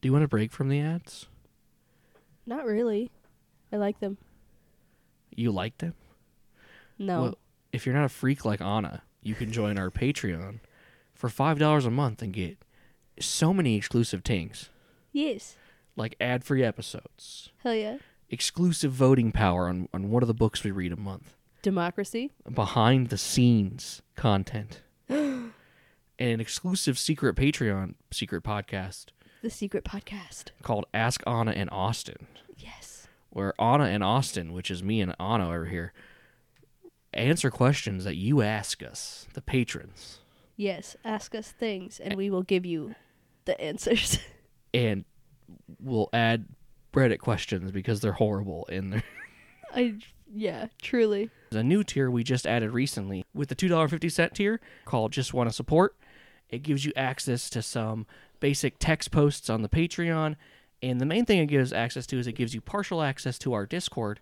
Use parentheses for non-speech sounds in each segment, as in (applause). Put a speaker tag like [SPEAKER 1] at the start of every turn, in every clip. [SPEAKER 1] Do you want a break from the ads?
[SPEAKER 2] Not really. I like them.
[SPEAKER 1] You like them?
[SPEAKER 2] No.
[SPEAKER 1] Well, if you're not a freak like Anna, you can join our Patreon for five dollars a month and get so many exclusive things,
[SPEAKER 2] yes.
[SPEAKER 1] like ad-free episodes,
[SPEAKER 2] Hell yeah.
[SPEAKER 1] exclusive voting power on on one of the books we read a month,
[SPEAKER 2] Democracy.
[SPEAKER 1] behind the scenes content, and an exclusive secret Patreon secret podcast
[SPEAKER 2] The Secret Podcast.
[SPEAKER 1] called Ask Anna and Austin,
[SPEAKER 2] Yes.
[SPEAKER 1] where Anna and Austin, which is me and Anna over here, answer questions that you ask us, the patrons.
[SPEAKER 2] Yes. Ask us things and we will give you the answers. (laughs)
[SPEAKER 1] and we'll add Reddit questions because they're horrible in there.
[SPEAKER 2] I yeah, truly.
[SPEAKER 1] There's a new tier we just added recently with the $2.50 tier called Just Want to Support. It gives you access to some basic text posts on the Patreon. And the main thing it gives access to is it gives you partial access to our Discord,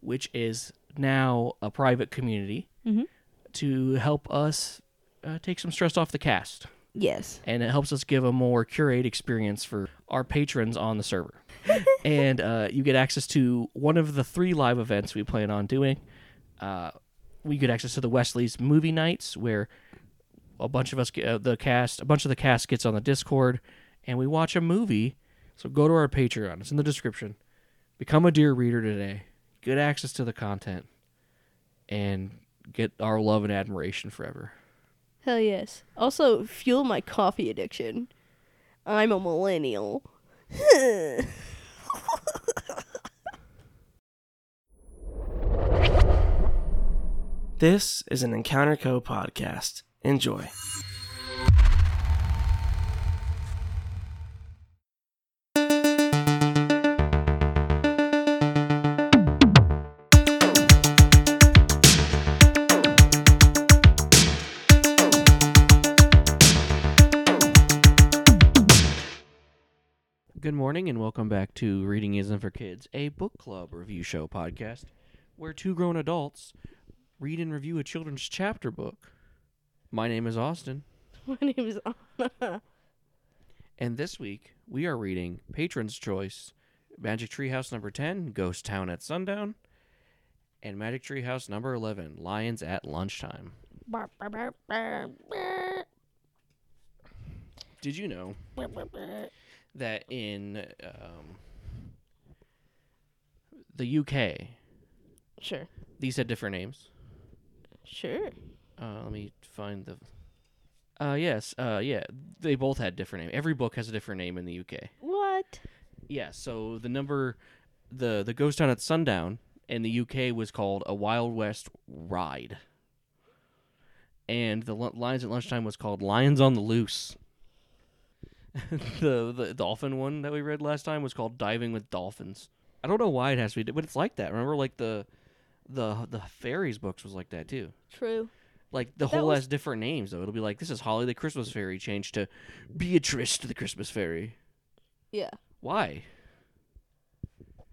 [SPEAKER 1] which is now a private community
[SPEAKER 2] Mhm.
[SPEAKER 1] to help us uh, take some stress off the cast.
[SPEAKER 2] Yes.
[SPEAKER 1] and it helps us give a more curated experience for our patrons on the server. (laughs) and uh, you get access to one of the three live events we plan on doing. Uh, we get access to the Wesley's movie nights, where a bunch of us, get- uh, the cast, a bunch of the cast gets on the Discord, and we watch a movie. So go to our Patreon; it's in the description. Become a dear reader today. Get access to the content, and get our love and admiration forever.
[SPEAKER 2] Hell yes. Also, fuel my coffee addiction. I'm a millennial. (laughs)
[SPEAKER 3] This is an Encounter Co podcast. Enjoy.
[SPEAKER 1] Good morning, and welcome back to Reading Isn't for Kids, a book club review show podcast where two grown adults read and review a children's chapter book. My name is Austin,
[SPEAKER 2] my name is Anna.
[SPEAKER 1] and this week we are reading Patron's Choice, Magic Tree House number 10, Ghost Town at Sundown, and Magic Tree House number 11, Lions at Lunchtime. Did you know that in um, the UK,
[SPEAKER 2] (laughs) Sure.
[SPEAKER 1] these had different names?
[SPEAKER 2] Sure.
[SPEAKER 1] Uh, let me find the. Uh, yes. Uh, yeah. They both had different name. Every book has a different name in the UK.
[SPEAKER 2] What?
[SPEAKER 1] Yeah. So the number, the the ghost town at sundown in the UK was called a Wild West ride, and the Lu- lions at lunchtime was called lions on the loose. (laughs) the the dolphin one that we read last time was called diving with dolphins. I don't know why it has to be, di- but it's like that. Remember, like the the the fairies books was like that too.
[SPEAKER 2] True.
[SPEAKER 1] Like the
[SPEAKER 2] That
[SPEAKER 1] whole
[SPEAKER 2] was-
[SPEAKER 1] has different names though. It'll be like this is Holly the Christmas Fairy changed to Beatrice the Christmas Fairy.
[SPEAKER 2] Yeah.
[SPEAKER 1] Why?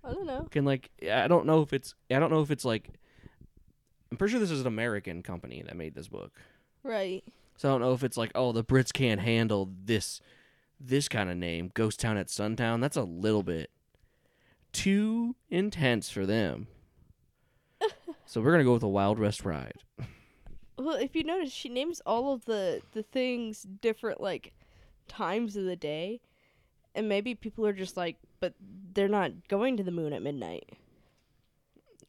[SPEAKER 2] I don't know.
[SPEAKER 1] Can like I don't know if it's I don't know if it's like I'm pretty sure this is an American company that made this book.
[SPEAKER 2] Right.
[SPEAKER 1] So I don't know if it's like oh the Brits can't handle this this kind of name Ghost Town at Suntown. That's a little bit too intense for
[SPEAKER 2] (laughs)
[SPEAKER 1] them. so we're gonna go with a Wild West ride.
[SPEAKER 2] Well, if you notice, she names all of the the things different, like times of the day, and maybe people are just like, but they're not going to the moon at midnight.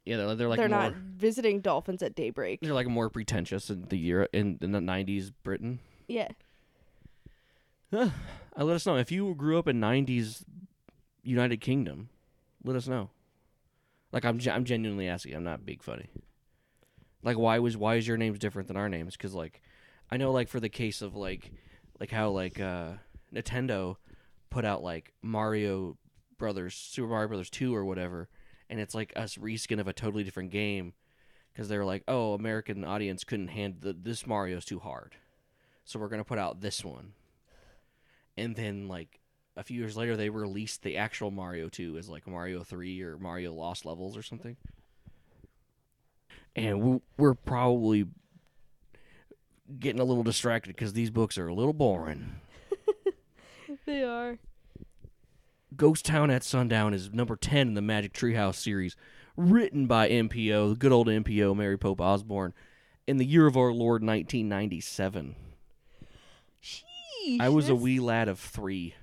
[SPEAKER 1] Yeah, they're, they're like
[SPEAKER 2] they're
[SPEAKER 1] more,
[SPEAKER 2] not visiting dolphins at daybreak.
[SPEAKER 1] They're like more pretentious in the year in, in the '90s Britain.
[SPEAKER 2] Yeah.
[SPEAKER 1] Huh. (sighs) Uh, let us know if you grew up in '90s United Kingdom. Let us know. Like I'm, gen- I'm genuinely asking. I'm not big funny. Like why was why is your names different than our names? Because like, I know like for the case of like, like how like uh Nintendo put out like Mario Brothers, Super Mario Brothers Two or whatever, and it's like us reskin of a totally different game. Because they were like, oh, American audience couldn't handle the, this Mario's too hard, so we're gonna put out this one and then like a few years later they released the actual Mario 2 as like Mario 3 or Mario Lost Levels or something. And we- we're probably getting a little distracted cuz these books are a little boring.
[SPEAKER 2] They are.
[SPEAKER 1] Ghost Town at Sundown is number 10 in the Magic Treehouse series, written by MPO, the good old MPO, Mary Pope Osborne, in the year of our Lord 1997. I was a
[SPEAKER 2] That's-
[SPEAKER 1] wee lad of three,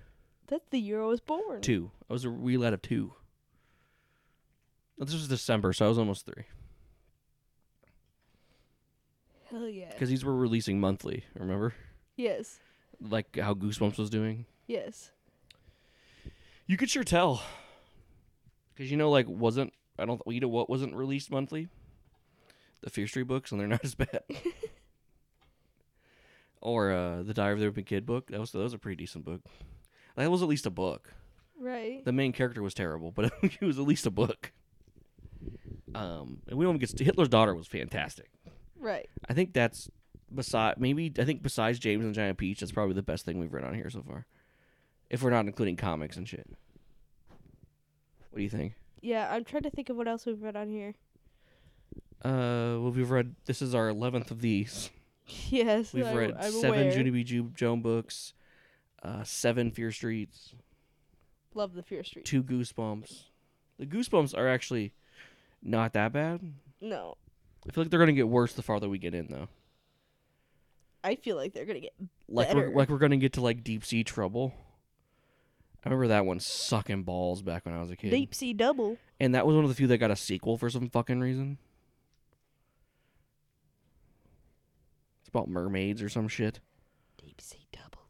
[SPEAKER 2] That's the year I was born.
[SPEAKER 1] two. I was a wee lad of two. This was December, so I was almost three.
[SPEAKER 2] Hell yeah.
[SPEAKER 1] Because these were releasing monthly, remember?
[SPEAKER 2] Yes.
[SPEAKER 1] Like how Goosebumps was doing.
[SPEAKER 2] Yes.
[SPEAKER 1] You could sure tell. Because, you know, like, wasn't, I don't, you know what wasn't released monthly? The Fear Street books, and they're (laughs) not as bad. or uh, The Diary of the Urban Kid book. That was, that was a pretty decent book. That was at least a book.
[SPEAKER 2] Right.
[SPEAKER 1] The main character was terrible, but (laughs) it was at least a book. Um, and we don't get Hitler's daughter was fantastic.
[SPEAKER 2] right.
[SPEAKER 1] I think that's beside maybe I think besides James and the Giant Peach, that's probably the best thing we've read on here so far. If we're not including comics and shit. What do you think?
[SPEAKER 2] Yeah, I'm trying to think of what else we've read on here. (laughs)
[SPEAKER 1] Uh, well, we've read. This is our eleventh of these.
[SPEAKER 2] Yes.
[SPEAKER 1] We've
[SPEAKER 2] I,
[SPEAKER 1] read
[SPEAKER 2] I'm
[SPEAKER 1] seven
[SPEAKER 2] aware.
[SPEAKER 1] Judy B. Ju- Joan books, uh, seven Fear Streets,
[SPEAKER 2] Love the Fear Street.
[SPEAKER 1] two Goosebumps. The Goosebumps are actually not that bad.
[SPEAKER 2] No.
[SPEAKER 1] I feel like they're gonna get worse the farther we get in, though.
[SPEAKER 2] I feel like they're gonna get
[SPEAKER 1] like we're,
[SPEAKER 2] better.
[SPEAKER 1] like we're gonna get to like deep sea trouble. I remember that one sucking balls back when I was a kid,
[SPEAKER 2] deep sea double.
[SPEAKER 1] and that was one of the few that got a sequel for some fucking reason. It's about mermaids or some shit.
[SPEAKER 2] Deep sea double.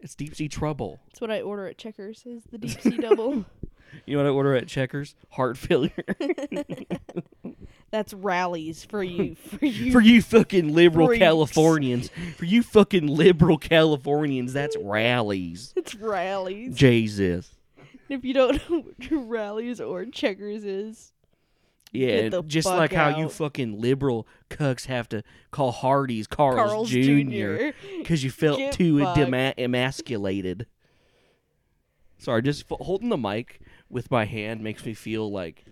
[SPEAKER 1] It's deep sea trouble.
[SPEAKER 2] That's what I order at Checkers is the deep sea double.
[SPEAKER 1] You know what I order at Checkers? Heart failure
[SPEAKER 2] (laughs)
[SPEAKER 1] (laughs)
[SPEAKER 2] That's rallies for (laughs) you. For you.
[SPEAKER 1] for you fucking liberal
[SPEAKER 2] Freaks.
[SPEAKER 1] Californians. For you fucking liberal Californians, that's
[SPEAKER 2] (laughs)
[SPEAKER 1] rallies.
[SPEAKER 2] it's rallies.
[SPEAKER 1] Jesus.
[SPEAKER 2] If you don't (laughs) know what rallies or Checkers is,
[SPEAKER 1] Yeah,
[SPEAKER 2] Get the
[SPEAKER 1] just
[SPEAKER 2] fuck
[SPEAKER 1] like how you
[SPEAKER 2] out.
[SPEAKER 1] fucking liberal cucks have to call Hardy's Carl's,
[SPEAKER 2] Carl's
[SPEAKER 1] Jr.
[SPEAKER 2] Jr.
[SPEAKER 1] (laughs) because you felt
[SPEAKER 2] Get
[SPEAKER 1] too
[SPEAKER 2] fucked.
[SPEAKER 1] dema- emasculated. Sorry, just f- holding the mic with my hand makes me feel like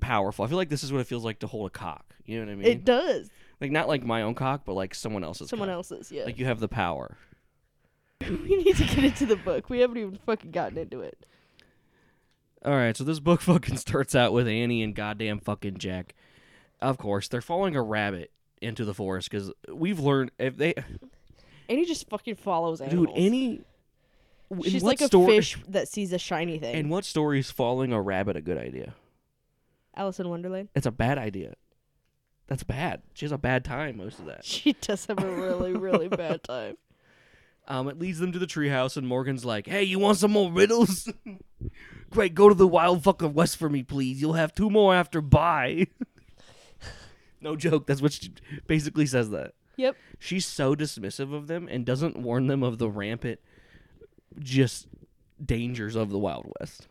[SPEAKER 1] powerful. I feel like this is what it feels like to hold a cock. You know what I mean?
[SPEAKER 2] It does.
[SPEAKER 1] like not like my own cock, but like someone else's.
[SPEAKER 2] Someone
[SPEAKER 1] cock.
[SPEAKER 2] else's, yeah. (laughs)
[SPEAKER 1] Like you have the power.
[SPEAKER 2] we need to get into the book. We haven't even fucking gotten into it.
[SPEAKER 1] All right, so this book (laughs) fucking starts out with Annie and goddamn fucking Jack. Of course, they're following a rabbit into the forest because we've learned if they,
[SPEAKER 2] And he just fucking follows animals.
[SPEAKER 1] dude, any. in
[SPEAKER 2] She's
[SPEAKER 1] what
[SPEAKER 2] like a
[SPEAKER 1] story-
[SPEAKER 2] fish that sees a shiny thing.
[SPEAKER 1] In what story is following a rabbit a good idea?
[SPEAKER 2] Alice in Wonderland.
[SPEAKER 1] It's a bad idea. That's bad. She has a bad time most of that.
[SPEAKER 2] (laughs) She does have a
[SPEAKER 1] (laughs)
[SPEAKER 2] really, really bad time.
[SPEAKER 1] Um, it leads them to the treehouse, and Morgan's like, "Hey, you want some more riddles? (laughs) Great, go to the wild fucking west for me, please. You'll have two more after bye." (laughs) no joke. That's what she basically says. That
[SPEAKER 2] Yep.
[SPEAKER 1] she's so dismissive of them and doesn't warn them of the rampant, just dangers of the wild west.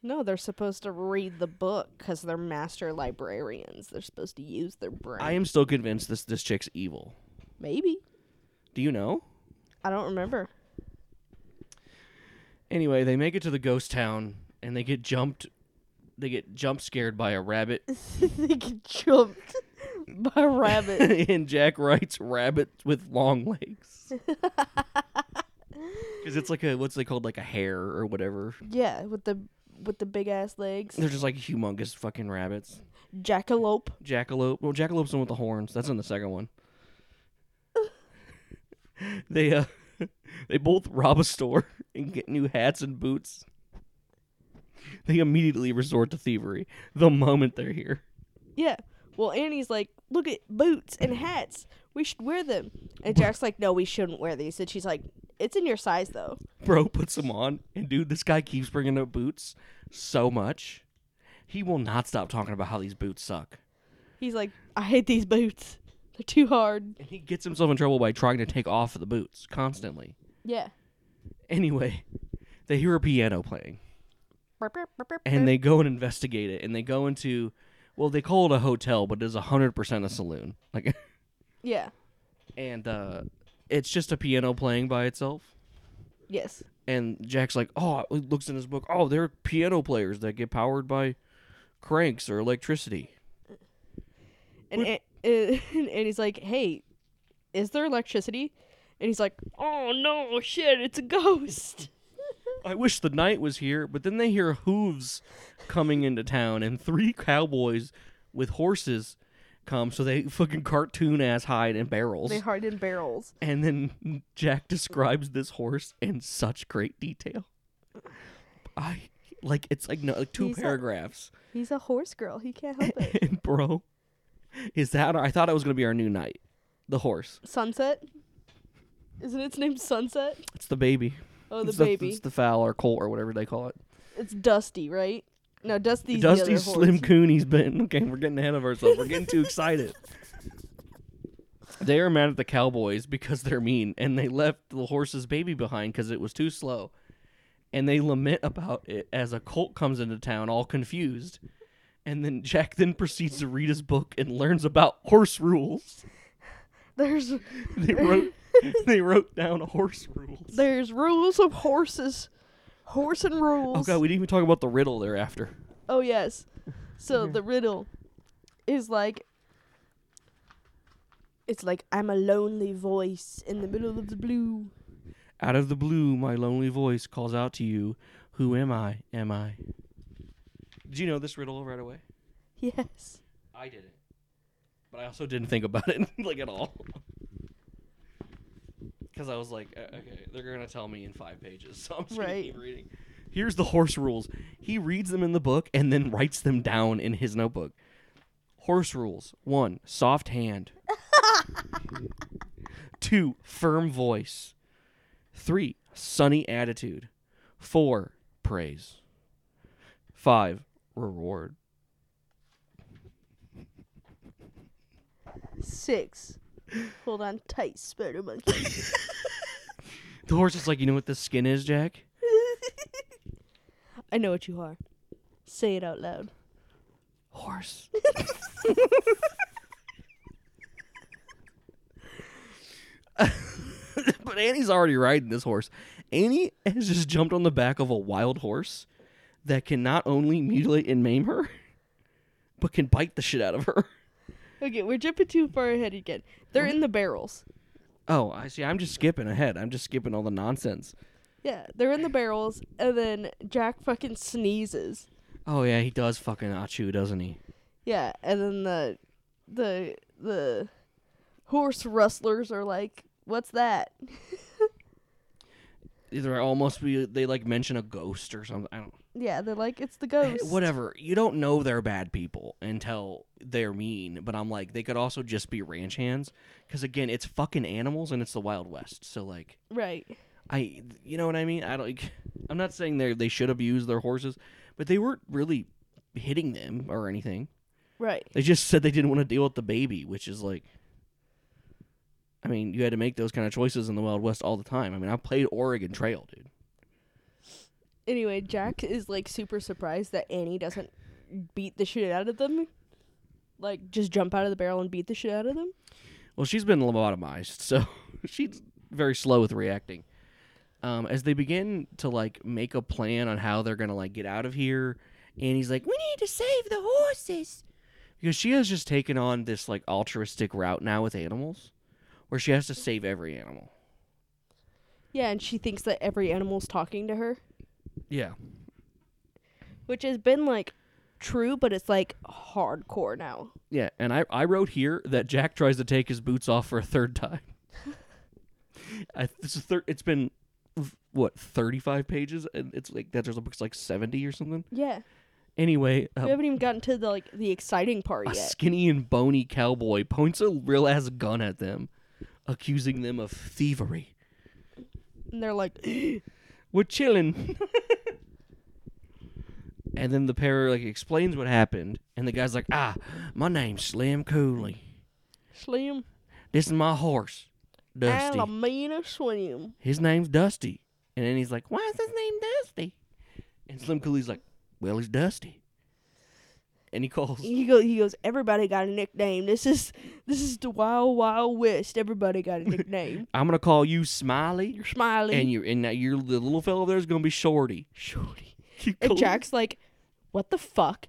[SPEAKER 2] No, they're supposed to read the book because they're master librarians. They're supposed to use their brain.
[SPEAKER 1] I am still convinced this this chick's evil.
[SPEAKER 2] Maybe.
[SPEAKER 1] Do you know?
[SPEAKER 2] I don't remember.
[SPEAKER 1] Anyway, they make it to the ghost town and they get jumped. They get jump scared by a rabbit. (laughs)
[SPEAKER 2] they get jumped (laughs) by a
[SPEAKER 1] (laughs)
[SPEAKER 2] rabbit.
[SPEAKER 1] and Jack writes rabbit with long legs. Because it's like a, what's they called? Like a hare or whatever.
[SPEAKER 2] yeah, with the with the big ass legs.
[SPEAKER 1] They're just like humongous fucking rabbits.
[SPEAKER 2] Jackalope.
[SPEAKER 1] Jackalope. Well, jackalope's the one with the horns. That's in the second one. (laughs) they, uh, (laughs) they both rob a store (laughs) and get new hats and boots. They immediately resort to thievery the moment they're here.
[SPEAKER 2] Yeah. Well, Annie's like, look at boots and hats. We should wear them. And Jack's like, no, we shouldn't wear these. And she's like, it's in your size though.
[SPEAKER 1] Bro puts them on, and dude, this guy keeps bringing up boots so much. He will not stop talking about how these boots suck.
[SPEAKER 2] He's like, I hate these boots. They're too hard.
[SPEAKER 1] And he gets himself in trouble by trying to take off the boots constantly.
[SPEAKER 2] Yeah.
[SPEAKER 1] Anyway, they hear a piano playing, and they go and investigate it, and they go into, well, they call it a hotel, but it is 100% a saloon. Like, (laughs)
[SPEAKER 2] yeah.
[SPEAKER 1] and uh, it's just a piano playing by itself.
[SPEAKER 2] Yes.
[SPEAKER 1] And Jack's like, oh, he looks in his book. Oh, they're piano players that get powered by cranks or electricity.
[SPEAKER 2] And, An- uh, (laughs) and Annie's like, hey, is there electricity? And he's like, oh no, shit, it's a ghost.
[SPEAKER 1] I wish the night was here, but then they hear hooves coming into town and three cowboys with horses come, so they fucking cartoon ass hide in barrels.
[SPEAKER 2] (laughs) They hide in barrels.
[SPEAKER 1] And then Jack describes this horse in such great detail. I like it's like no like two
[SPEAKER 2] He's a-
[SPEAKER 1] paragraphs. (laughs)
[SPEAKER 2] He's a horse girl. He can't help it.
[SPEAKER 1] and bro, is that I thought it was gonna be our new night. The horse.
[SPEAKER 2] (laughs) Sunset. Isn't its name Sunset?
[SPEAKER 1] It's the baby.
[SPEAKER 2] Oh, the
[SPEAKER 1] it's
[SPEAKER 2] baby.
[SPEAKER 1] The, it's the fowl or colt or whatever they call it.
[SPEAKER 2] It's Dusty, right? No, Dusty's the
[SPEAKER 1] Dusty
[SPEAKER 2] other
[SPEAKER 1] Slim
[SPEAKER 2] horse.
[SPEAKER 1] Cooney's been okay. We're getting ahead of ourselves. We're
[SPEAKER 2] (laughs)
[SPEAKER 1] getting too excited. They are mad at the Cowboys because they're mean, and they left the horse's baby behind because it was too slow. And they lament about it as a colt comes into town, all confused. And then Jack then proceeds to read his book and learns about horse rules. (laughs)
[SPEAKER 2] There's
[SPEAKER 1] They wrote they wrote down horse rules.
[SPEAKER 2] there's rules of horses, horse and rules.
[SPEAKER 1] Oh god, we didn't even talk about the riddle thereafter.
[SPEAKER 2] Oh yes. So the riddle is like it's like I'm a lonely voice in the middle of the blue.
[SPEAKER 1] Out of the blue, my lonely voice calls out to you. Who am I? Am I? Did you know this riddle right away?
[SPEAKER 2] Yes.
[SPEAKER 1] I didn't. But I also didn't think about it, (laughs) like, at all. Because I was like, "Uh, okay, they're going to tell me in five pages. (laughs) So I'm just going
[SPEAKER 2] Right.
[SPEAKER 1] to keep reading. Here's the horse rules. He reads them in the book and then writes them down in his notebook. Horse rules one, soft hand. Two, firm voice. Three, sunny attitude. Four, praise. Five, reward.
[SPEAKER 2] 6. Hold on tight, spider monkey.
[SPEAKER 1] The horse is like, you know what this skin is, Jack?
[SPEAKER 2] (laughs) I know what you are. Say it out loud.
[SPEAKER 1] Horse. (laughs) but Annie's already riding this horse. Annie has just jumped on the back of a wild horse that can not only mutilate and maim her, but can bite the shit out of her.
[SPEAKER 2] Okay, we're jumping too far ahead again. They're in the barrels.
[SPEAKER 1] Oh, I see. I'm just skipping ahead. I'm just skipping all the nonsense.
[SPEAKER 2] Yeah, they're in the barrels, and then Jack fucking sneezes.
[SPEAKER 1] Oh yeah, he does fucking Achu, doesn't he?
[SPEAKER 2] Yeah, and then the the the horse rustlers are like, "What's that?"
[SPEAKER 1] Either I almost be they like mention a ghost or something. I don't
[SPEAKER 2] Yeah, they're like, "It's the ghost."
[SPEAKER 1] (laughs) whatever. You don't know they're bad people until they're mean. But I'm like, they could also just be ranch hands. Because again, it's fucking animals and it's the Wild West. So like,
[SPEAKER 2] Right.
[SPEAKER 1] I, you know what I mean? I don't. (laughs) I'm not saying they they should abuse their horses, but they weren't really hitting them or anything.
[SPEAKER 2] Right.
[SPEAKER 1] They just said they didn't want to deal with the baby, which is like. I mean, you had to make those kind of choices in the Wild West all the time. I mean, I played Oregon Trail, dude.
[SPEAKER 2] Anyway, Jack is like super surprised that Annie doesn't beat the shit out of them. Like just jump out of the barrel and beat the shit out of them.
[SPEAKER 1] Well, she's been lobotomized, so (laughs) she's very slow with reacting. Um, as they begin to like make a plan on how they're gonna like get out of here, and he's like, "We need to save the horses," because she has just taken on this like altruistic route now with animals, where she has to save every animal.
[SPEAKER 2] Yeah, and she thinks that every animal's talking to her,
[SPEAKER 1] Yeah,
[SPEAKER 2] which has been like true, but it's like hardcore now.
[SPEAKER 1] yeah. And I I wrote here that Jack tries to take his boots off for a third time. I, this is thir- It's been what thirty five pages, and it's like that. There's a book's like seventy or something.
[SPEAKER 2] Yeah.
[SPEAKER 1] Anyway, uh,
[SPEAKER 2] We haven't even gotten to the like the exciting part
[SPEAKER 1] a
[SPEAKER 2] yet.
[SPEAKER 1] skinny and bony cowboy points a real ass gun at them, accusing them of thievery.
[SPEAKER 2] And they're like, (gasps)
[SPEAKER 1] We're chilling. (laughs) and then the pair like explains what happened, and the guy's like, "Ah, my name's Slim Cooley.
[SPEAKER 2] Slim,
[SPEAKER 1] This is my horse, Dusty.
[SPEAKER 2] Alameda Slim.
[SPEAKER 1] His name's Dusty." And then he's like, "Why is his name Dusty?" And Slim Cooley's like, "Well, he's Dusty." And he calls.
[SPEAKER 2] He goes, he goes. Everybody got a nickname. This is this is the wild wild west. Everybody got a
[SPEAKER 1] (laughs)
[SPEAKER 2] nickname.
[SPEAKER 1] I'm gonna call you Smiley,
[SPEAKER 2] You're smiling.
[SPEAKER 1] and you and now you're the little fellow there's gonna be Shorty. (laughs)
[SPEAKER 2] Shorty.
[SPEAKER 1] You
[SPEAKER 2] And
[SPEAKER 1] col-
[SPEAKER 2] Jack's like, what the fuck?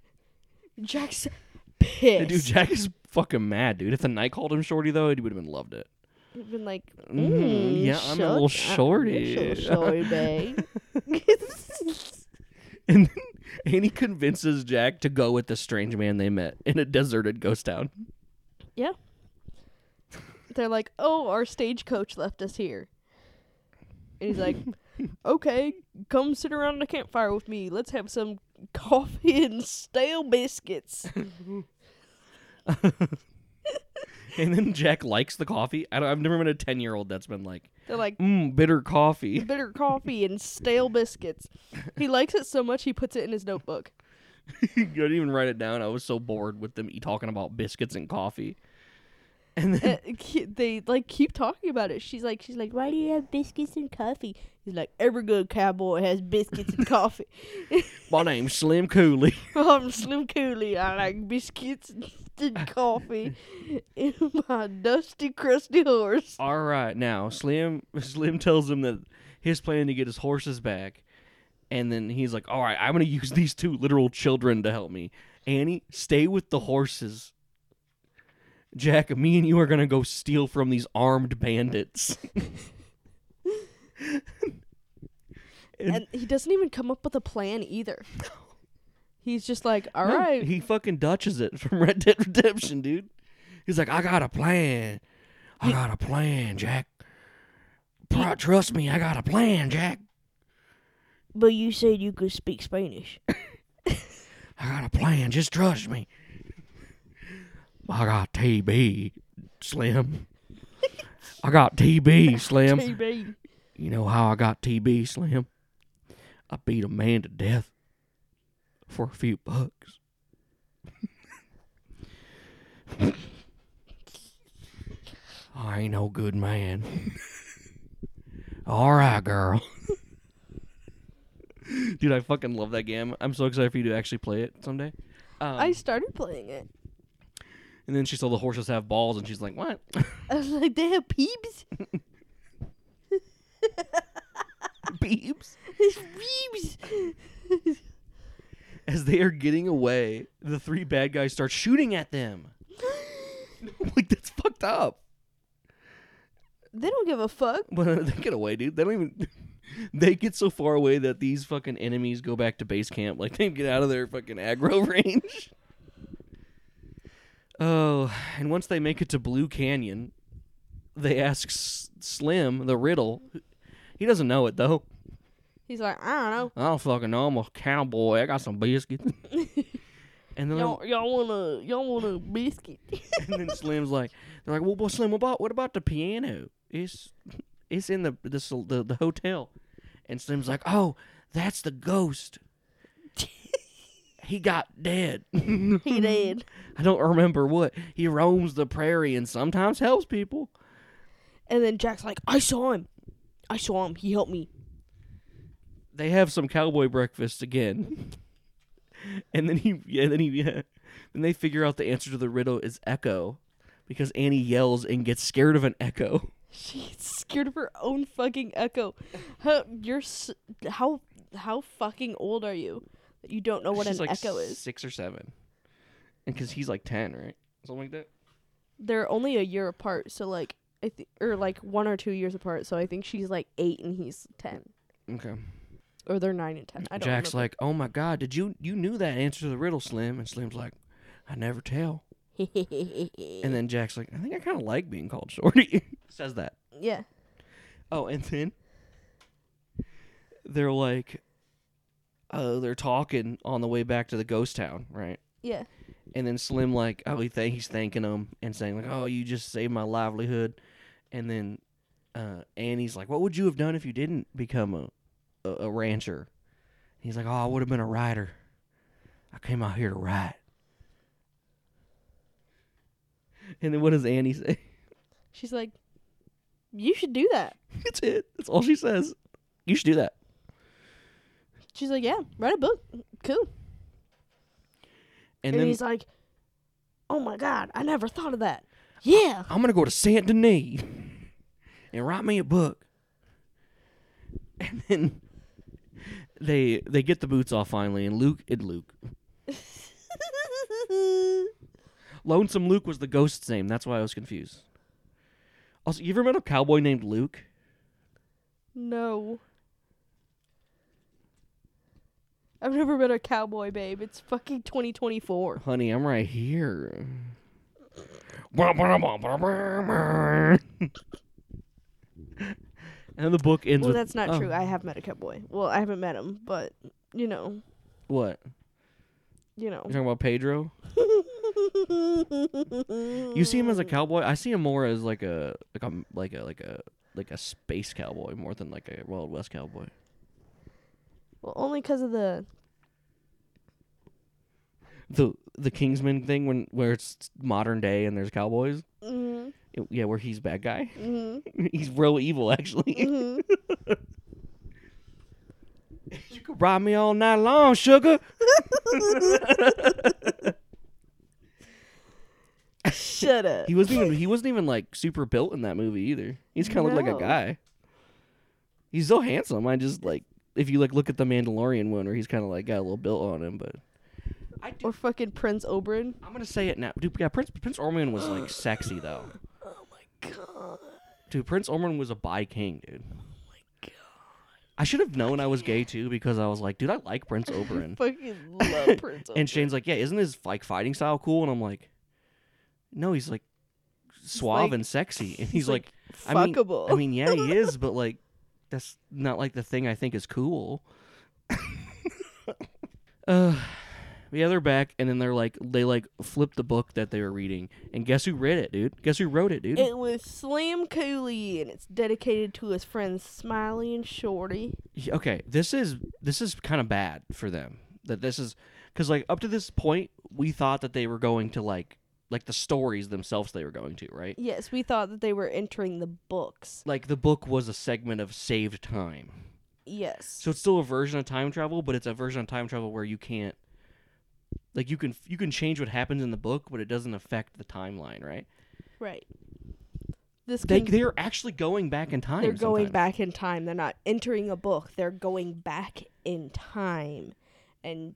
[SPEAKER 2] Jack's
[SPEAKER 1] And
[SPEAKER 2] pissed.
[SPEAKER 1] Dude, Jack is fucking mad, dude. If the knight called him shorty, though, he would have been loved it.
[SPEAKER 2] He'd been like,
[SPEAKER 1] Mm,
[SPEAKER 2] mm,
[SPEAKER 1] yeah, I'm a little
[SPEAKER 2] shuck- I'm- you're
[SPEAKER 1] shorty."
[SPEAKER 2] a little shorty, babe.
[SPEAKER 1] (laughs) And then Annie convinces Jack to go with the strange man they met in a deserted ghost town. (laughs)
[SPEAKER 2] They're like, "Oh, our stagecoach left us here," and he's like, "Okay, come sit around the campfire with me. Let's have some coffee (laughs) and stale biscuits."
[SPEAKER 1] And then Jack likes the coffee. I don't, I've never met a 10 year old that's been like,
[SPEAKER 2] They're like, "Mm,
[SPEAKER 1] mmm, bitter coffee. (laughs)
[SPEAKER 2] bitter coffee and stale biscuits. He likes it so much he puts it in his notebook.
[SPEAKER 1] I didn't even write it down. I was so bored with them e- talking about biscuits and coffee. And then
[SPEAKER 2] Uh, ke- they like keep talking about it. She's like, she's like, why do you have biscuits and coffee? He's like, every good cowboy has biscuits and coffee.
[SPEAKER 1] my name's Slim Cooley.
[SPEAKER 2] I'm Slim Cooley. I like biscuits (laughs) and coffee in my dusty, crusty horse.
[SPEAKER 1] All right, now Slim (laughs) Slim tells him that his plan to get his horses back, and then he's like, "All right, I'm gonna use these two literal children to help me. Annie, stay with the horses. Jack, me and you are gonna go steal from these armed bandits." (laughs)
[SPEAKER 2] And he doesn't even come up with a plan either. He's just like, all
[SPEAKER 1] No,
[SPEAKER 2] right,
[SPEAKER 1] he fucking Dutches it from (laughs) Red Dead Redemption, dude. He's like, "I got a plan. I got a plan, Jack. Pro- trust me, I got a plan, Jack."
[SPEAKER 2] but you said you could speak (laughs) Spanish.
[SPEAKER 1] I got a plan. Just trust me. I got TB, Slim. I got TB, Slim.
[SPEAKER 2] TB.
[SPEAKER 1] You know how I got TB, Slim? I beat a man to death for a few bucks. I ain't no good man. All right, girl. Dude, I fucking love that game. I'm so excited for you to actually play it someday. Um,
[SPEAKER 2] I started playing it. (laughs)
[SPEAKER 1] and then she saw the horses have balls, and she's like, "What?"
[SPEAKER 2] I was like, they have peeps. (laughs)
[SPEAKER 1] Beeps.
[SPEAKER 2] It's peeps.
[SPEAKER 1] (laughs) As they are getting away, the three bad guys start shooting at them. like that's fucked up.
[SPEAKER 2] they don't give a fuck.
[SPEAKER 1] But uh, they get away, dude. They don't even. (laughs) They get so far away that these fucking enemies go back to base camp. Like they get out of their fucking aggro (laughs) range. Oh, and once they make it to Blue Canyon, they ask S- Slim the riddle. He doesn't know it though.
[SPEAKER 2] He's like, I don't
[SPEAKER 1] I don't fucking know. I'm a cowboy. I got some biscuits. and
[SPEAKER 2] know.
[SPEAKER 1] then,
[SPEAKER 2] Y'all, y'all wanna, y'all want a biscuit? (laughs)
[SPEAKER 1] (laughs) and then Slim's like, they're like, well, well, Slim, what about what about the piano? It's it's in the the sal- the, the hotel. And Slim's like, oh, that's the ghost. he got dead. (laughs) Mm-hmm.
[SPEAKER 2] he did.
[SPEAKER 1] I don't remember what. He roams the prairie and sometimes helps people.
[SPEAKER 2] And then Jack's like, I saw him. I saw him. He helped me.
[SPEAKER 1] they have some cowboy breakfast again. (laughs) and then he yeah, then he (laughs) yeah. Then they figure out the answer to the riddle is echo because Annie yells and gets scared of an echo.
[SPEAKER 2] She's scared of her own fucking echo. How you're s- how how fucking old are you that you don't know what
[SPEAKER 1] She's
[SPEAKER 2] an
[SPEAKER 1] like
[SPEAKER 2] echo is?
[SPEAKER 1] Six or seven. And cuz he's like 10, right? Something like that.
[SPEAKER 2] They're only a year apart, so like I th- or like one or two years apart. So I think she's like eight and he's ten,
[SPEAKER 1] Okay.
[SPEAKER 2] or they're nine and ten. I don't.
[SPEAKER 1] Jack's
[SPEAKER 2] remember.
[SPEAKER 1] like, "Oh my god, did you you knew that answer to the riddle, Slim?" And Slim's like, "I never tell."
[SPEAKER 2] (laughs)
[SPEAKER 1] And then Jack's like, "I think I kind of like being called shorty." (laughs) Says that.
[SPEAKER 2] yeah.
[SPEAKER 1] Oh, and then they're like, oh, they're talking on the way back to the ghost town, right?
[SPEAKER 2] Yeah.
[SPEAKER 1] And then Slim like, oh, he th- he's thanking them and saying like, oh, you just saved my livelihood. And then uh, Annie's like, what would you have done if you didn't become a a, a rancher? He's like, oh, I would have been a writer. I came out here to write. And then what does Annie say? (laughs)
[SPEAKER 2] She's like, you should do that.
[SPEAKER 1] That's it. That's all she says. You should do that.
[SPEAKER 2] She's like, yeah, write a book. Cool.
[SPEAKER 1] And,
[SPEAKER 2] And,
[SPEAKER 1] then
[SPEAKER 2] he's like, oh my God, I never thought of that. Yeah. (laughs)
[SPEAKER 1] I'm gonna go to Saint Denis and write me a book. And then they they get the boots off finally, and Luke and Luke, Lonesome Luke was the ghost's name. That's why I was confused. Also, you ever met a cowboy named Luke?
[SPEAKER 2] no. I've never been a cowboy, babe. It's fucking 2024.
[SPEAKER 1] Honey, I'm right here. (laughs) and the book ends
[SPEAKER 2] Well,
[SPEAKER 1] with
[SPEAKER 2] that's not
[SPEAKER 1] oh,
[SPEAKER 2] true. I have met a cowboy. Well, I haven't met him, but you know,
[SPEAKER 1] What?
[SPEAKER 2] you know.
[SPEAKER 1] You're
[SPEAKER 2] (laughs)
[SPEAKER 1] talking about Pedro? You see him as a cowboy? I see him more as like a like a like a like a like a space cowboy more than like a Wild West cowboy.
[SPEAKER 2] well, only because of the
[SPEAKER 1] The the Kingsman thing when where it's modern day and there's cowboys.
[SPEAKER 2] mm,
[SPEAKER 1] Yeah, where he's bad guy. (laughs)
[SPEAKER 2] mm,
[SPEAKER 1] he's real evil actually.
[SPEAKER 2] mm.
[SPEAKER 1] (laughs) you could rob me all night long, sugar.
[SPEAKER 2] shut up.
[SPEAKER 1] He wasn't even he wasn't even like super built in that movie either. He's kind of looked like
[SPEAKER 2] No.
[SPEAKER 1] a guy. He's so handsome. I just like if you like look at the Mandalorian one where he's kind of like got a little built on him, but I do.
[SPEAKER 2] Or fucking Prince Oberyn.
[SPEAKER 1] I'm gonna say it now, dude. Yeah, Prince Prince Orman was like sexy though.
[SPEAKER 2] Oh my god.
[SPEAKER 1] Dude, Prince Orman was a bi king, dude. I should have known Oh I was gay too because I was like, dude, I like (laughs) Prince Oberyn.
[SPEAKER 2] Fucking love Prince Oberyn.
[SPEAKER 1] Mm. and Shane's like, yeah, isn't his like fighting style cool? And I'm like, no, he's like suave
[SPEAKER 2] like-
[SPEAKER 1] and sexy. And he's like, I mean-
[SPEAKER 2] fuckable.
[SPEAKER 1] I mean, yeah, he is, but like, (laughs) that's not like the thing I think is (laughs) cool. uh, yeah, they're back, and then they're like, they like flip the book that they were reading, and guess who read it, dude? Guess who wrote it, dude?
[SPEAKER 2] it was Slim Cooley, and it's dedicated to his friends Smiley and Shorty.
[SPEAKER 1] Yeah, okay, this is this is kind of bad for them. That this is because like up to this point, we thought that they were going to like like the stories themselves they were going to right.
[SPEAKER 2] Yes, we thought that they were entering the books.
[SPEAKER 1] Like the book was a segment of saved time.
[SPEAKER 2] Yes.
[SPEAKER 1] So it's still a version of time travel, but it's a version of time travel where you can't like you can you can change what happens in the book, but it doesn't affect the timeline, right?
[SPEAKER 2] right. This
[SPEAKER 1] They
[SPEAKER 2] can-
[SPEAKER 1] they're actually going back in time.
[SPEAKER 2] they're going
[SPEAKER 1] sometimes.
[SPEAKER 2] back in time. They're not entering a book. They're going back in time, and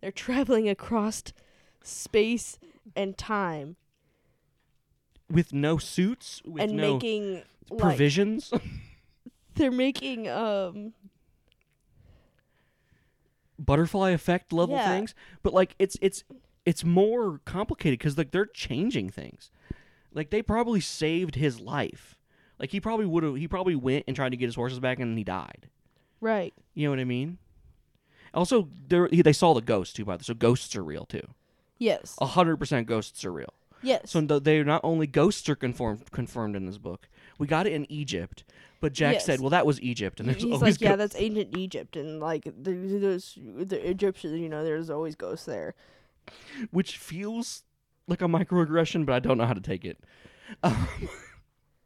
[SPEAKER 2] they're traveling across space and time
[SPEAKER 1] with no suits, with
[SPEAKER 2] and
[SPEAKER 1] no
[SPEAKER 2] making like
[SPEAKER 1] provisions.
[SPEAKER 2] they're making um
[SPEAKER 1] butterfly effect level
[SPEAKER 2] Yeah.
[SPEAKER 1] things but like it's it's it's more complicated because like they're changing things like they probably saved his life like he probably would have he probably went and tried to get his horses back and he died
[SPEAKER 2] right.
[SPEAKER 1] you know what i mean also there he, they saw the ghost too by the so ghosts are real too
[SPEAKER 2] Yes.
[SPEAKER 1] 100% ghosts are real
[SPEAKER 2] yes.
[SPEAKER 1] so th- they're not only ghosts are confirmed confirmed in this book we got it in egypt but jack
[SPEAKER 2] Yes.
[SPEAKER 1] said well that was egypt and there's
[SPEAKER 2] He's
[SPEAKER 1] always
[SPEAKER 2] like, yeah,
[SPEAKER 1] ghosts."
[SPEAKER 2] that's ancient Egypt, and like the- there's the Egyptians, you know, there's always ghosts there.
[SPEAKER 1] which feels like a microaggression, but I don't know how to take it. Um, (laughs)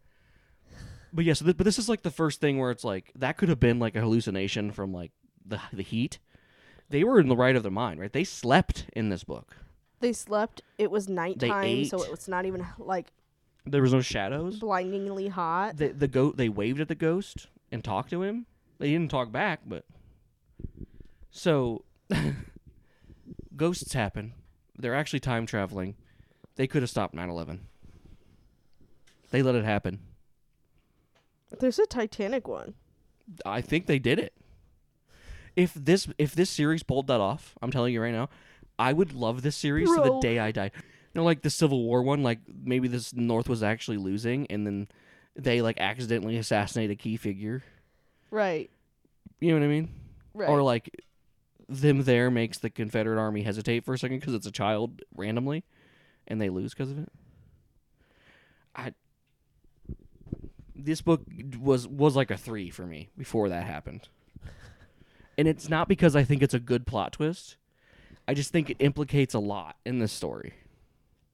[SPEAKER 1] but yeah, so th- but this is like the first thing where it's like that could have been like a hallucination from like the the heat. They were in the right of their mind, right? They slept in this book.
[SPEAKER 2] They slept. It was nighttime, so
[SPEAKER 1] ate.
[SPEAKER 2] it was not even like
[SPEAKER 1] There was no shadows.
[SPEAKER 2] blindingly hot.
[SPEAKER 1] The the goat they waved at the ghost and talked to him. They didn't talk back, but so (laughs) ghosts happen. They're actually time traveling. They could have stopped 9/11. They let it happen.
[SPEAKER 2] There's a Titanic one.
[SPEAKER 1] I think they did it. If this if this series pulled that off, I'm telling you right now, I would love this series to the
[SPEAKER 2] Bro.
[SPEAKER 1] day I die. You know, like the Civil War one, like maybe this North was actually losing, and then they like accidentally assassinate a key figure.
[SPEAKER 2] Right.
[SPEAKER 1] You know what I mean?
[SPEAKER 2] Right.
[SPEAKER 1] Or like them there makes the Confederate army hesitate for a second because it's a child randomly, and they lose because of it. I this book was was like a three for me before that happened, and it's not because I think it's a good plot twist. I just think it implicates a lot in this story.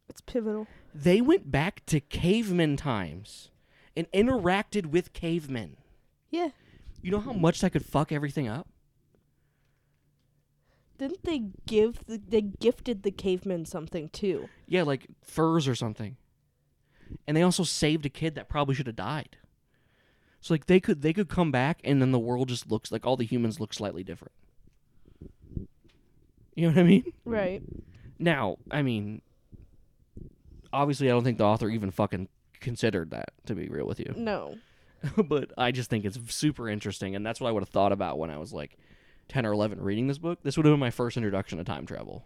[SPEAKER 2] it's pivotal.
[SPEAKER 1] They went back to caveman times and interacted with cavemen.
[SPEAKER 2] Yeah.
[SPEAKER 1] You know how much that could fuck everything up?
[SPEAKER 2] Didn't they give the, they gifted the cavemen something too?
[SPEAKER 1] Yeah, like furs or something. And they also saved a kid that probably should have died. So like they could they could come back and then the world just looks like all the humans look slightly different. You know what I mean?
[SPEAKER 2] Right.
[SPEAKER 1] Now, I mean obviously I don't think the author even fucking considered that to be real with you.
[SPEAKER 2] No.
[SPEAKER 1] (laughs) but I just think it's super interesting and that's what I would have thought about when I was like ten or eleven reading this book. This would have been my first introduction to time travel.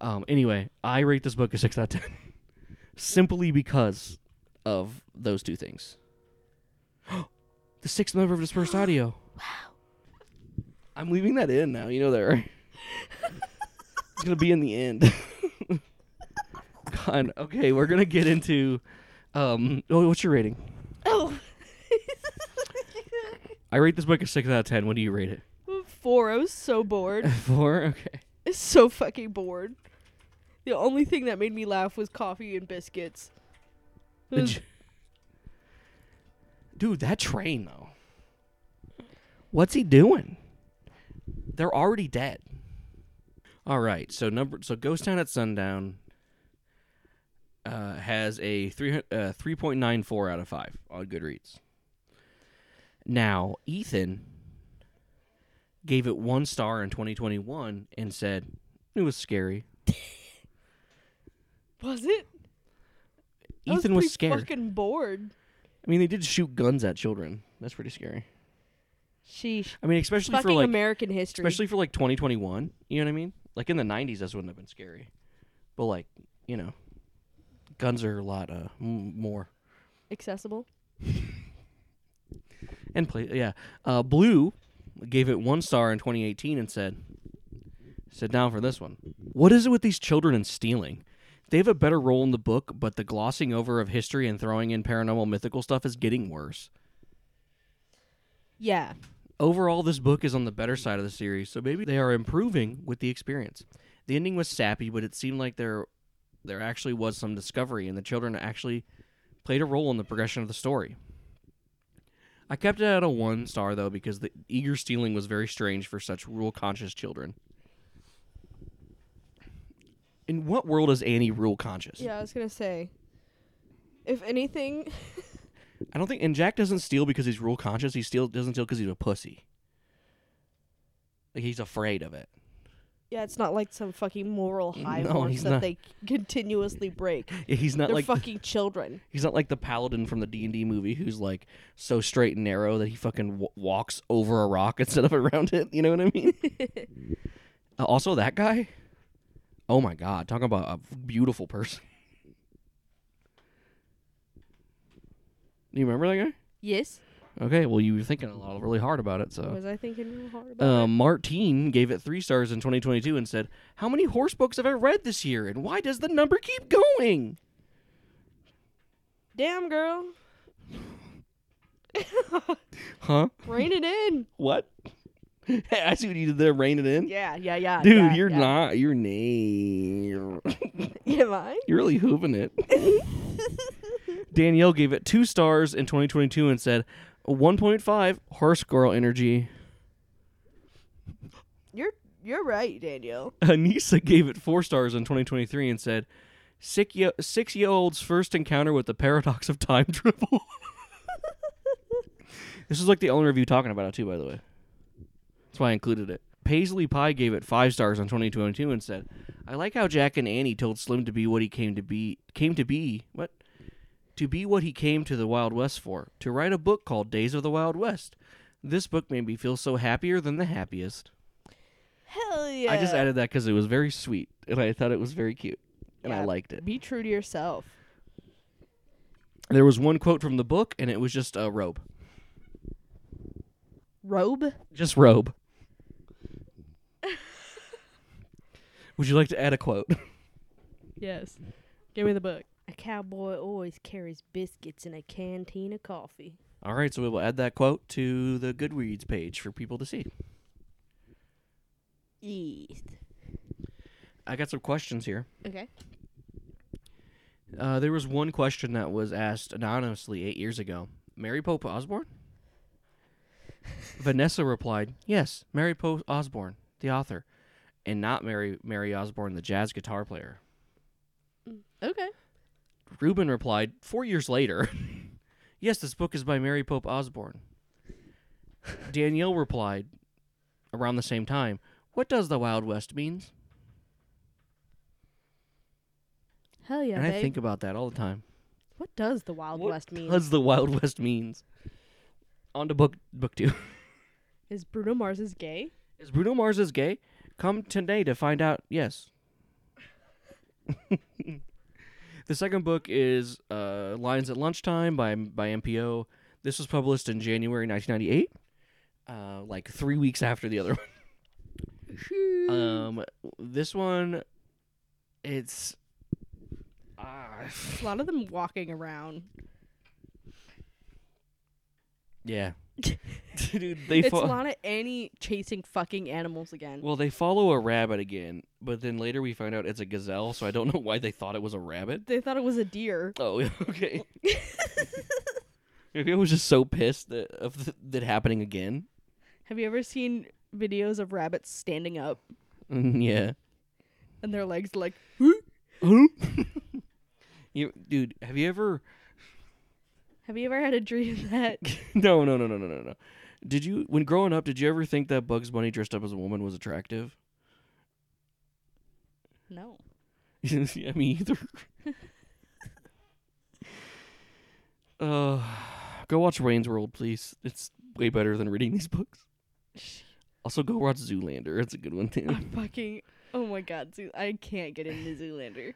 [SPEAKER 1] Um, anyway, I rate this book a six out of ten, (laughs) simply because of those two things. (gasps) the sixth member of dispersed audio. Wow. I'm leaving that in now. You know that, right? it's gonna be in the end. (laughs) God. Okay, we're gonna get into. Um, oh, what's your rating?
[SPEAKER 2] Oh. (laughs)
[SPEAKER 1] I rate this book a six out of ten. What do you rate it?
[SPEAKER 2] Four. I was so bored.
[SPEAKER 1] (laughs) Four. Okay.
[SPEAKER 2] It's so fucking bored. The only thing that made me laugh was coffee and biscuits. It was-
[SPEAKER 1] Did you- Dude, that train though. What's he doing? They're already dead. All right. So number so Ghost Town at Sundown uh, has a 3 uh, 3.94 out of 5 on Goodreads. Now, Ethan gave it 1 star in 2021 and said it was scary.
[SPEAKER 2] was it? I
[SPEAKER 1] Ethan was,
[SPEAKER 2] pretty
[SPEAKER 1] scared.
[SPEAKER 2] Fucking bored.
[SPEAKER 1] I mean, they did shoot guns at children. That's pretty scary.
[SPEAKER 2] Sheesh.
[SPEAKER 1] I mean, especially for
[SPEAKER 2] Fucking
[SPEAKER 1] like
[SPEAKER 2] American history.
[SPEAKER 1] especially for like 2021. You know what I mean? Like in the 90s, this wouldn't have been scary, but like you know, guns are a lot uh, m- more.
[SPEAKER 2] accessible.
[SPEAKER 1] And play, yeah. Uh, Blue gave it one star in 2018 and said, "Sit down for this one. What is it with these children and stealing? They have a better role in the book, but the glossing over of history and throwing in paranormal mythical stuff is getting worse.
[SPEAKER 2] Yeah.
[SPEAKER 1] Overall, this book is on the better side of the series, so maybe they are improving with the experience. The ending was sappy, but it seemed like there there actually was some discovery, and the children actually played a role in the progression of the story. I kept it at a one star though because the eager stealing was very strange for such rule conscious children. In what world is Annie rule conscious?
[SPEAKER 2] Yeah, I was gonna say. If anything,
[SPEAKER 1] I don't think. And Jack doesn't steal because he's rule conscious. He steal doesn't steal because he's a pussy. Like he's afraid of it.
[SPEAKER 2] yeah, it's not like some fucking moral high
[SPEAKER 1] No,
[SPEAKER 2] horse
[SPEAKER 1] he's
[SPEAKER 2] that
[SPEAKER 1] not.
[SPEAKER 2] they continuously break.
[SPEAKER 1] He's not
[SPEAKER 2] They're
[SPEAKER 1] like
[SPEAKER 2] fucking children.
[SPEAKER 1] He's not like the paladin from the D and D movie, who's like so straight and narrow that he fucking w- walks over a rock (laughs) instead of around it. You know what I mean? Uh, also, that guy. Oh my god! Talking about a beautiful person. Do you remember that
[SPEAKER 2] Yes.
[SPEAKER 1] guy? Okay, well you were thinking a lot really hard about it, so.
[SPEAKER 2] Was I thinking real hard about
[SPEAKER 1] Uh, Martine gave it three stars in 2022 and said, "How many horse books have I read this year, and why does the number keep going?"
[SPEAKER 2] it? Damn, girl.
[SPEAKER 1] Huh?
[SPEAKER 2] Rein it
[SPEAKER 1] (laughs)
[SPEAKER 2] in.
[SPEAKER 1] What? I see what you did there. Rein it in.
[SPEAKER 2] Yeah, yeah, yeah.
[SPEAKER 1] Dude,
[SPEAKER 2] yeah,
[SPEAKER 1] you're
[SPEAKER 2] yeah.
[SPEAKER 1] not. You're nay.
[SPEAKER 2] (laughs) Am I?
[SPEAKER 1] (laughs) you're really hooving
[SPEAKER 2] (laughs)
[SPEAKER 1] it. Danielle gave it two stars in 2022 and said, 1.5 horse girl energy.
[SPEAKER 2] You're you're right, Daniel.
[SPEAKER 1] (laughs) Anissa gave it four stars in 2023 and said, Six year, six year old's first encounter with the paradox of time travel. (laughs) this is like the only review talking about it, too, by the way. That's why I included it. Paisley Pie gave it five stars on 2022 and said, I like how Jack and Annie told Slim to be what he came to be. Came to be. What? To be what he came to the Wild West for. To write a book called Days of the Wild West. This book made me feel so happier than the happiest.
[SPEAKER 2] Hell yeah.
[SPEAKER 1] I just added that because it was very sweet, and I thought it was very cute, and I
[SPEAKER 2] Yeah.
[SPEAKER 1] liked it.
[SPEAKER 2] Be true to yourself.
[SPEAKER 1] There was one quote from the book, and it was just a robe,
[SPEAKER 2] Robe.
[SPEAKER 1] just
[SPEAKER 2] (laughs)
[SPEAKER 1] robe. Would you like to add a quote? (laughs)
[SPEAKER 2] Yes. Give me the book. A cowboy always carries biscuits and a canteen of coffee.
[SPEAKER 1] All right, so we will add that quote to the Goodreads page for people to see.
[SPEAKER 2] Yes.
[SPEAKER 1] I got some questions here.
[SPEAKER 2] Okay.
[SPEAKER 1] Uh, there was one question that was asked anonymously eight years ago. Mary Pope Osborne? Vanessa replied, Yes, Mary Pope Osborne, the author, and not Mary Mary Osborne, the jazz guitar player.
[SPEAKER 2] Okay.
[SPEAKER 1] Reuben replied, Four years later, (laughs) Yes, this book is by Mary Pope Osborne. Danielle replied, around the same time, What does the Wild West means?
[SPEAKER 2] Hell yeah,
[SPEAKER 1] and
[SPEAKER 2] babe.
[SPEAKER 1] I think about that all the time.
[SPEAKER 2] what does the Wild
[SPEAKER 1] What
[SPEAKER 2] West mean?
[SPEAKER 1] does the Wild West means? On to book book two.
[SPEAKER 2] Is Bruno Mars is gay?
[SPEAKER 1] Is Bruno Mars is gay? Come today to find out. Yes. (laughs) the second book is uh, Lines at Lunchtime by by MPO. This was published in January 1998, uh, like three weeks after the other one. um, this one, it's. ah,
[SPEAKER 2] A lot of them walking around.
[SPEAKER 1] yeah. (laughs) Dude, they
[SPEAKER 2] it's
[SPEAKER 1] fo-
[SPEAKER 2] Lana Annie chasing fucking animals again.
[SPEAKER 1] Well, they follow a rabbit again, but then later we find out it's a gazelle, so I don't know why they thought it was a rabbit.
[SPEAKER 2] they thought it was a deer.
[SPEAKER 1] Oh, (laughs) okay. Maybe I was just so pissed that of th- that happening again.
[SPEAKER 2] Have you ever seen videos of rabbits standing up
[SPEAKER 1] Mm, yeah.
[SPEAKER 2] and their legs like
[SPEAKER 1] (laughs) you, dude, have you ever? (laughs)
[SPEAKER 2] Have you ever had a dream (laughs) that
[SPEAKER 1] No, no, no, no, no, no, no. Did you, when growing up, did you ever think that Bugs Bunny dressed up as a woman was attractive? (laughs)
[SPEAKER 2] No.
[SPEAKER 1] yeah, me either. (laughs) uh, go watch Wayne's World, please. It's way better than reading these books. Also, go watch Zoolander. It's a good one too.
[SPEAKER 2] I fucking Oh my god, Zoo- I can't get into Zoolander.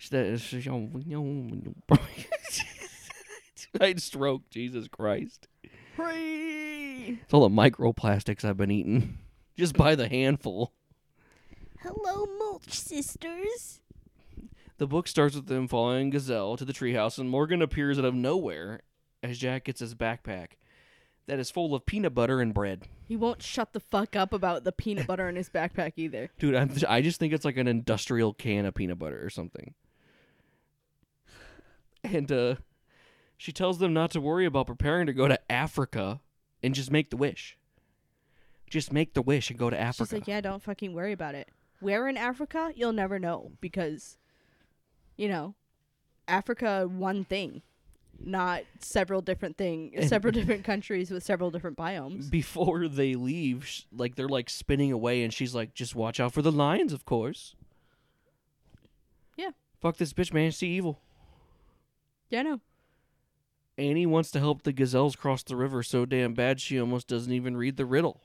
[SPEAKER 1] (laughs) (laughs) I stroke, Jesus Christ.
[SPEAKER 2] Free.
[SPEAKER 1] It's all the microplastics I've been eating. (laughs) Just by the handful.
[SPEAKER 2] Hello mulch sisters.
[SPEAKER 1] The book starts with them following Gazelle to the treehouse, and Morgan appears out of nowhere as Jack gets his backpack that is full of peanut butter and bread.
[SPEAKER 2] He won't shut the fuck up about the peanut butter in his backpack either.
[SPEAKER 1] Dude, I'm, I just think it's like an industrial can of peanut butter or something. And uh, she tells them not to worry about preparing to go to Africa and just make the wish. Just make the wish and go to Africa.
[SPEAKER 2] She's like, yeah, don't fucking worry about it. Where in Africa? You'll never know because, you know, Africa one thing, not several different
[SPEAKER 1] (laughs)
[SPEAKER 2] thing, several different countries with several different biomes.
[SPEAKER 1] Before they leave, sh- like they're like spinning away, and she's like, "Just watch out for the lions, of course."
[SPEAKER 2] Yeah.
[SPEAKER 1] Fuck this bitch, man. She's evil.
[SPEAKER 2] Yeah, no.
[SPEAKER 1] Annie wants to help the gazelles cross the river so damn bad she almost doesn't even read the riddle,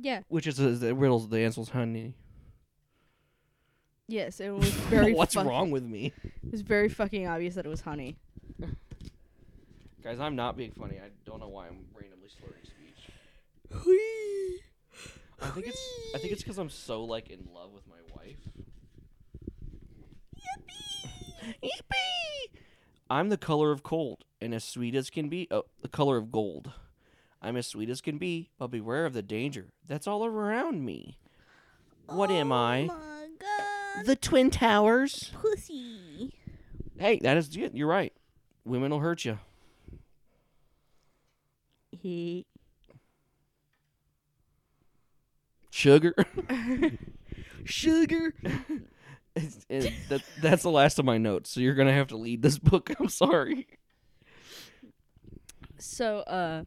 [SPEAKER 2] Yeah.
[SPEAKER 1] which is uh, the riddle's the answer's honey.
[SPEAKER 2] Yes, it was very.
[SPEAKER 1] (laughs) What's
[SPEAKER 2] fuck-
[SPEAKER 1] wrong with me?
[SPEAKER 2] It was very fucking obvious that it was honey.
[SPEAKER 1] Guys, I'm not being funny. I don't know why I'm randomly slurring speech. I think it's I think it's because I'm so like in love with my wife. Yippee! Yippee! I'm the color of cold and as sweet as can be. Oh, the color of gold. I'm as sweet as can be, but beware of the danger that's all around me. What am I?
[SPEAKER 2] my god,
[SPEAKER 1] Oh The Twin Towers.
[SPEAKER 2] pussy.
[SPEAKER 1] Hey, that is it. You're right. Women will hurt you.
[SPEAKER 2] He.
[SPEAKER 1] Sugar. (laughs)
[SPEAKER 2] Sugar.
[SPEAKER 1] It's- it- that, that's the last of my notes. So you're gonna have to lead this (laughs) book. I'm sorry.
[SPEAKER 2] So, uh,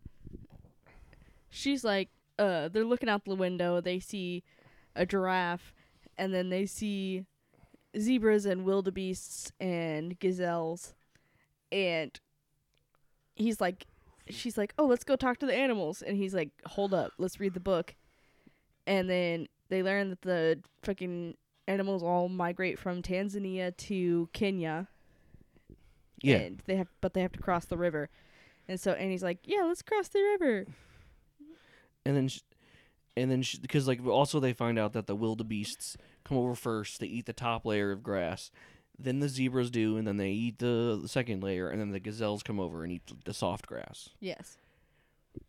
[SPEAKER 2] she's like, uh, they're looking out the window. They see a giraffe, and then they see zebras and wildebeests and gazelles. And he's like, she's like, oh, let's go talk to the animals. And he's like, hold up, let's read the book. And then they learn that the fucking animals all migrate from Tanzania to Kenya and they have but they have to cross the river and so annie's like yeah let's cross the river
[SPEAKER 1] and then, sh and then because like also they find out that the wildebeests come over first. They eat the top layer of grass, then the zebras do, and then they eat the, the second layer, and then the gazelles come over and eat the soft grass.
[SPEAKER 2] yes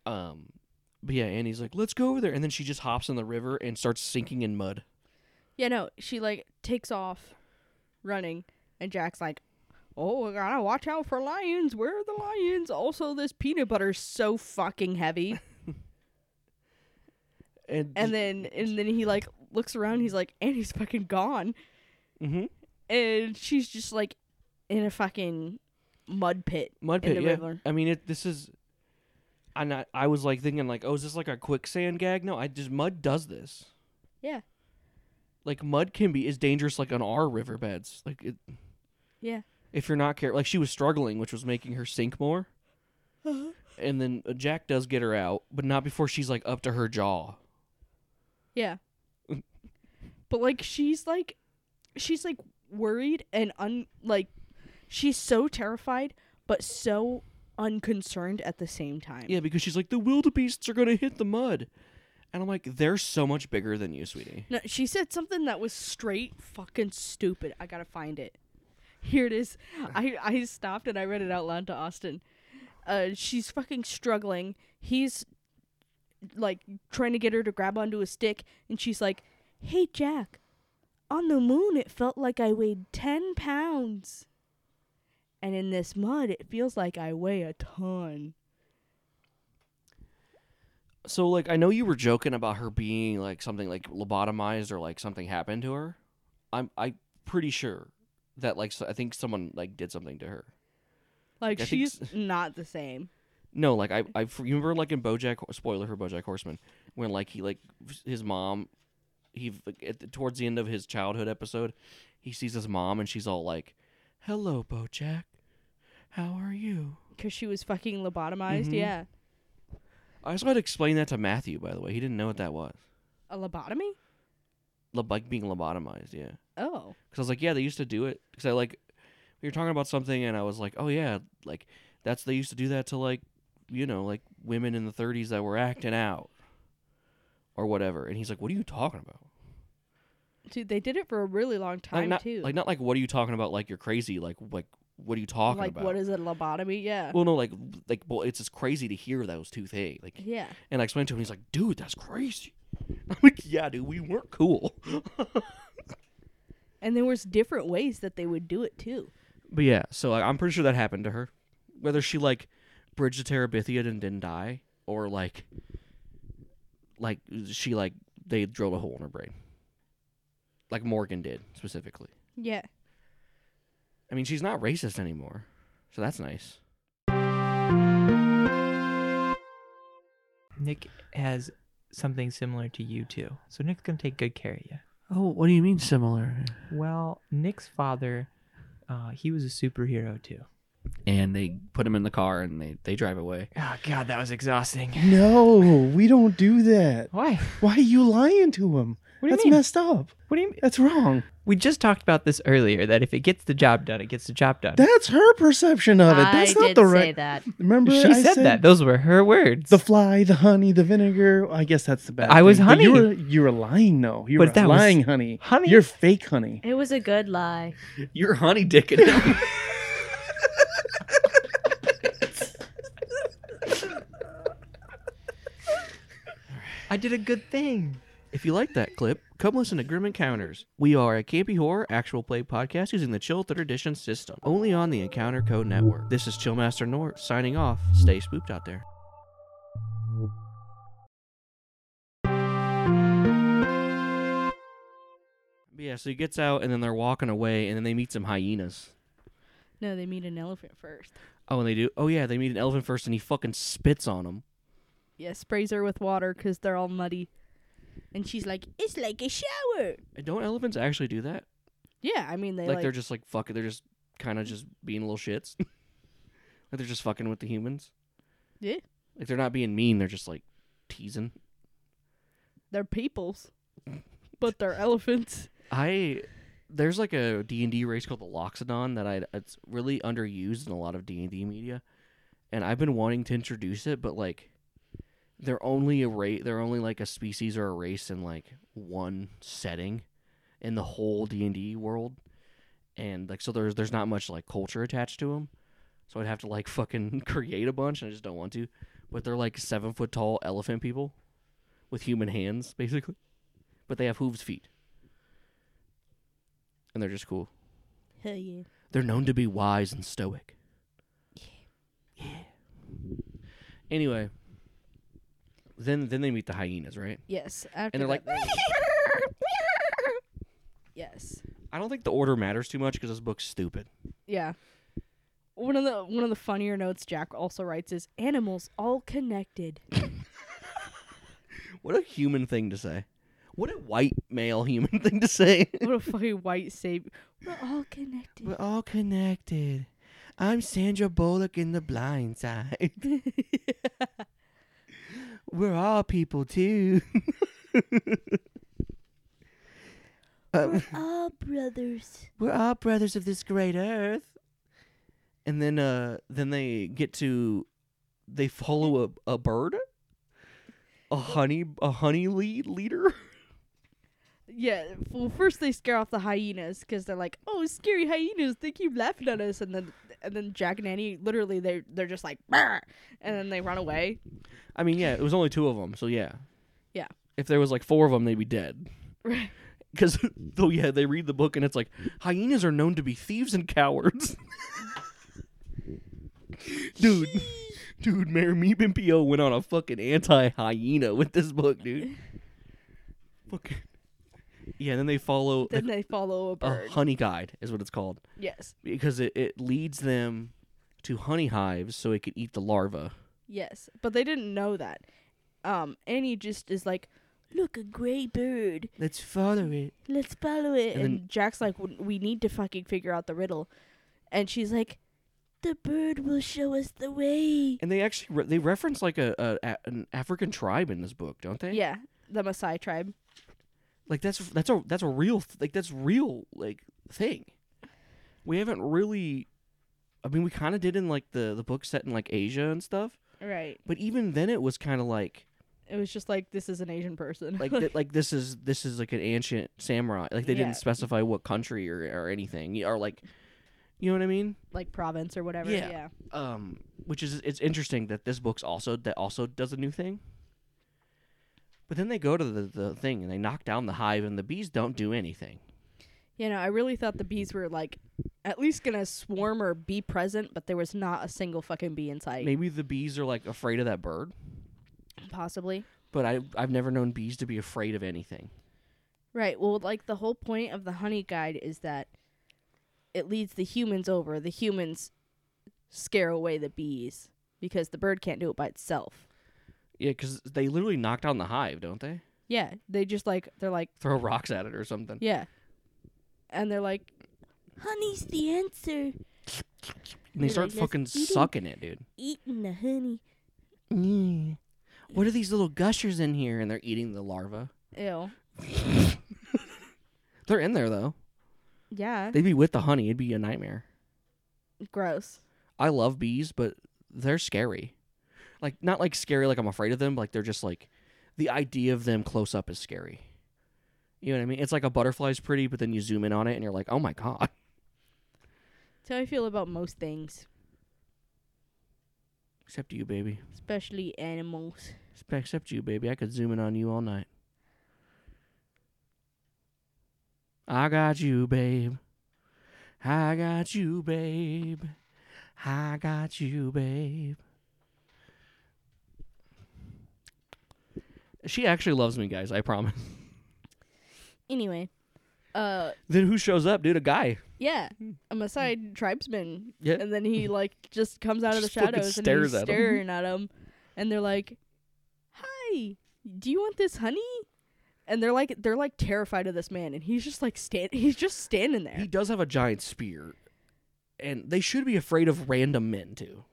[SPEAKER 1] Um, but yeah, Annie's like, let's go over there, and then she just hops in the river and starts sinking in mud.
[SPEAKER 2] yeah no she like takes off running and jack's like oh we gotta watch out for lions where are the lions also this peanut butter's so fucking heavy
[SPEAKER 1] And
[SPEAKER 2] and then and then he like looks around he's like annie's fucking gone
[SPEAKER 1] hmm
[SPEAKER 2] and she's just like in a fucking mud pit
[SPEAKER 1] mud
[SPEAKER 2] in
[SPEAKER 1] pit.
[SPEAKER 2] the
[SPEAKER 1] Yeah,
[SPEAKER 2] river
[SPEAKER 1] I mean, it, this is. And I, I was like thinking, like, oh, is this like a quicksand gag? No, I just mud does this.
[SPEAKER 2] Yeah.
[SPEAKER 1] Like mud can be is dangerous, like on our riverbeds. Like it.
[SPEAKER 2] Yeah. Uh-huh.
[SPEAKER 1] If you're not careful, like she was struggling, which was making her sink more. and then uh, Jack does get her out, but not before she's like up to her jaw.
[SPEAKER 2] Yeah. (laughs) but like she's like she's like worried and un like she's so terrified but so unconcerned at the same time.
[SPEAKER 1] Yeah, because she's like, the wildebeests are gonna hit the mud, and I'm like, they're so much bigger than you, sweetie.
[SPEAKER 2] No, she said something that was straight fucking stupid. I gotta find it. Here it is. I I stopped and I read it out loud to Austin. Uh, she's fucking struggling. He's like trying to get her to grab onto a stick, and she's like, "Hey Jack, on the moon it felt like I weighed ten pounds, and in this mud it feels like I weigh a ton."
[SPEAKER 1] So like, I know you were joking about her being like something like lobotomized or like something happened to her. I'm I pretty sure that like so, I think someone like did something to her.
[SPEAKER 2] Like
[SPEAKER 1] I think
[SPEAKER 2] she's not the same.
[SPEAKER 1] No, like I, I you remember like in BoJack spoiler for BoJack Horseman when like he like his mom, he at the, towards the end of his childhood episode, he sees his mom and she's all like, "Hello, BoJack, how are you?"
[SPEAKER 2] Cause she was fucking lobotomized.
[SPEAKER 1] Mhm.
[SPEAKER 2] Yeah,
[SPEAKER 1] I also had to explain that to Matthew by the way. He didn't know what that was.
[SPEAKER 2] a lobotomy.
[SPEAKER 1] Lo- Like being lobotomized, yeah.
[SPEAKER 2] Oh.
[SPEAKER 1] Because I was like, yeah, they used to do it. Because I like, we were talking about something, and I was like, oh yeah, like that's they used to do that to like, you know, like women in the 30s that were acting out, or whatever. And he's like, what are you talking about?
[SPEAKER 2] Dude, they did it for a really long time
[SPEAKER 1] like not
[SPEAKER 2] too.
[SPEAKER 1] like not like what are you talking about? Like you're crazy. Like like what are you talking
[SPEAKER 2] Like,
[SPEAKER 1] about?
[SPEAKER 2] what is a lobotomy? Yeah.
[SPEAKER 1] well, no, like like well, it's just crazy to hear those two things. Like,
[SPEAKER 2] yeah.
[SPEAKER 1] and I explained to him, he's like, dude, that's crazy. (laughs) I'm like, yeah, dude, we weren't cool. (laughs)
[SPEAKER 2] And there was different ways that they would do it too.
[SPEAKER 1] But yeah, so I, I'm pretty sure that happened to her. Whether she like bridged to Terabithia and didn't die, or like, like she like they drilled a hole in her brain, like Morgan did specifically.
[SPEAKER 2] Yeah.
[SPEAKER 1] I mean, she's not racist anymore, so that's nice.
[SPEAKER 4] Nick has something similar to you too. So Nick's gonna take good care of you.
[SPEAKER 1] Oh, what do you mean similar?
[SPEAKER 4] Well, Nick's father, uh, he was a superhero too.
[SPEAKER 1] And they put him in the car and they they drive away.
[SPEAKER 4] Oh God, that was exhausting.
[SPEAKER 5] No, we don't do that.
[SPEAKER 4] Why?
[SPEAKER 5] Why are you lying to him?
[SPEAKER 4] What do you
[SPEAKER 5] That's
[SPEAKER 4] mean?
[SPEAKER 5] messed up.
[SPEAKER 4] What do you mean?
[SPEAKER 5] That's wrong.
[SPEAKER 4] We just talked about this earlier. That if it gets the job done, it gets the job done.
[SPEAKER 5] That's her perception of it. That's not the right.
[SPEAKER 2] that.
[SPEAKER 5] Remember,
[SPEAKER 4] she
[SPEAKER 5] I
[SPEAKER 4] said, that. Those were her words.
[SPEAKER 5] The fly, the honey, the vinegar. I guess that's the bad.
[SPEAKER 4] I was
[SPEAKER 5] thing, but You
[SPEAKER 4] honey.
[SPEAKER 5] were, you were lying, though. You
[SPEAKER 4] But
[SPEAKER 5] were
[SPEAKER 4] that was-
[SPEAKER 5] lying, honey.
[SPEAKER 4] honey.
[SPEAKER 5] You're fake, honey.
[SPEAKER 6] It was a good lie.
[SPEAKER 1] You're honey dicking him.
[SPEAKER 4] I did a good thing.
[SPEAKER 1] If you like that clip, come listen to Grim Encounters. We are a campy horror actual play podcast using the Chill Third Edition system, only on the Encounter Code Network. This is Chillmaster Nort signing off. Stay spooked out there. But yeah, so he gets out and then they're walking away and then they meet some hyenas.
[SPEAKER 2] No, they meet an elephant first.
[SPEAKER 1] Oh, and they do. Oh yeah, they meet an elephant first and he fucking spits on them.
[SPEAKER 2] Yeah, sprays her with water because they're all muddy. And she's like, "It's like a shower."
[SPEAKER 1] Don't elephants actually do that?
[SPEAKER 2] Yeah, I mean they
[SPEAKER 1] like,
[SPEAKER 2] like,
[SPEAKER 1] they're just like fucking they're just kind of just being little shits (laughs) like they're just fucking with the humans
[SPEAKER 2] Yeah.
[SPEAKER 1] like they're not being mean they're just like teasing
[SPEAKER 2] they're peoples, but they're elephants.
[SPEAKER 1] i there's like a d&d race called the loxodon that i it's really underused in a lot of d&d media and i've been wanting to introduce it but like they're only a rate they're only like a species or a race in like one setting in the whole D&D world and like so there's there's not much like culture attached to them so I'd have to like (laughs) fucking create a bunch and I just don't want to but they're like 7 foot tall elephant people with human hands basically but they have hooves feet and they're just cool
[SPEAKER 2] Hell yeah.
[SPEAKER 1] they're known to be wise and stoic yeah anyway then then they meet the hyenas right
[SPEAKER 2] Yes. After
[SPEAKER 1] and they're (laughs) like
[SPEAKER 2] that, yes.
[SPEAKER 1] I don't think the order matters too much because this book's stupid.
[SPEAKER 2] Yeah. One of the one of the funnier notes Jack also writes is animals all connected.
[SPEAKER 1] What a human thing to say. What a white male (laughs) human thing (laughs) to say.
[SPEAKER 2] (laughs) what a fucking white savior. We're all connected.
[SPEAKER 1] all connected. I'm Sandra Bullock in The Blind Side.
[SPEAKER 2] (laughs)
[SPEAKER 1] We're all people too. (laughs) Um,
[SPEAKER 2] Ah, brothers.
[SPEAKER 1] we're all brothers of this great earth. And then uh then they get to they follow a, a bird? A honey a honey lead leader?
[SPEAKER 2] Yeah. Well, first they scare off the hyenas because they're like, "Oh, scary hyenas! They keep laughing at us." And then, and then Jack and Annie literally they they're just like, "Brr," and then they run away. (laughs)
[SPEAKER 1] I mean, yeah, it was only two of them, so yeah.
[SPEAKER 2] Yeah.
[SPEAKER 1] If there was like four of them, they'd be dead.
[SPEAKER 2] Right.
[SPEAKER 1] Because (laughs) though, yeah, they read the book and it's like hyenas are known to be thieves and cowards. (laughs) dude, dude, Mayor Meep and PO went on a fucking anti-hyena with this book, dude. Fucking. Yeah, and then they follow
[SPEAKER 2] Then they follow a
[SPEAKER 1] a
[SPEAKER 2] bird.
[SPEAKER 1] honey guide is what it's called
[SPEAKER 2] yes.
[SPEAKER 1] because it, it leads them to honey hives so it can eat the larva.
[SPEAKER 2] Yes, but they didn't know that. Um, Annie just is like, "Look, a gray bird.
[SPEAKER 1] Let's follow it.
[SPEAKER 2] Let's follow it."
[SPEAKER 1] And
[SPEAKER 2] And,
[SPEAKER 1] then-
[SPEAKER 2] Jack's like, "W- "We need to fucking figure out the riddle," and she's like, "The bird will show us the way."
[SPEAKER 1] And they actually re- they reference like a, a, a an African tribe in this book, don't they?
[SPEAKER 2] Yeah, the Maasai tribe.
[SPEAKER 1] Like that's that's a that's a real th- like that's real like thing. We haven't really I mean we kind of did in like the the book set in like Asia and stuff,
[SPEAKER 2] Right.
[SPEAKER 1] but even then it was kind of like
[SPEAKER 2] It was just like this is an Asian person. (laughs)
[SPEAKER 1] like th- like this is this is like an ancient samurai. Like they
[SPEAKER 2] Yeah.
[SPEAKER 1] didn't specify what country or or anything or like you know what I mean?
[SPEAKER 2] like province or whatever.
[SPEAKER 1] Yeah.
[SPEAKER 2] Yeah.
[SPEAKER 1] um, which is it's interesting that this book's also that also does a new thing. But then they go to the, the thing and they knock down the hive and the bees don't do anything.
[SPEAKER 2] You know, I really thought the bees were like at least gonna swarm or be present, but there was not a single fucking bee in sight.
[SPEAKER 1] Maybe the bees are like afraid of that bird,
[SPEAKER 2] Possibly.
[SPEAKER 1] but I I've never known bees to be afraid of anything.
[SPEAKER 2] Right. Well, like the whole point of the honey guide is that it leads the humans over. The humans scare away the bees because the bird can't do it by itself.
[SPEAKER 1] Yeah, because they literally knock down the hive, don't they?
[SPEAKER 2] Yeah. They just like, they're like,
[SPEAKER 1] Throw rocks at it or something.
[SPEAKER 2] yeah. And they're like, honey's the answer.
[SPEAKER 1] And they
[SPEAKER 2] They're
[SPEAKER 1] start
[SPEAKER 2] like, "Let's
[SPEAKER 1] fucking
[SPEAKER 2] eat 'em."
[SPEAKER 1] sucking it, dude.
[SPEAKER 2] Eating the honey.
[SPEAKER 1] What are these little gushers in here? And they're eating the larva.
[SPEAKER 2] Ew.
[SPEAKER 1] They're in there though.
[SPEAKER 2] Yeah.
[SPEAKER 1] They'd be with the honey. It'd be a nightmare.
[SPEAKER 2] Gross.
[SPEAKER 1] I love bees, but they're scary. Like not like scary like I'm afraid of them, but like they're just like the idea of them close up is scary. You know what I mean? It's like a butterfly's pretty, but then you zoom in on it and you're like, "Oh my god."
[SPEAKER 2] That's how I feel about most things,
[SPEAKER 1] Except you, baby.
[SPEAKER 2] especially animals.
[SPEAKER 1] Spe- Except you, baby. I could zoom in on you all night. I got you, babe. I got you, babe. I got you, babe. She actually loves me, guys. I promise. (laughs)
[SPEAKER 2] Anyway, uh,
[SPEAKER 1] Then who shows up, dude? A guy.
[SPEAKER 2] Yeah, a Maasai tribesman.
[SPEAKER 1] Yeah.
[SPEAKER 2] And then he like just comes out of the
[SPEAKER 1] Just fucking
[SPEAKER 2] shadows and
[SPEAKER 1] stares
[SPEAKER 2] he's
[SPEAKER 1] at 'em.
[SPEAKER 2] staring at him, and they're like, "Hi, do you want this honey?" And they're like, they're like terrified of this man, and he's just like stand, he's just standing there.
[SPEAKER 1] He does have a giant spear, and they should be afraid of random men too.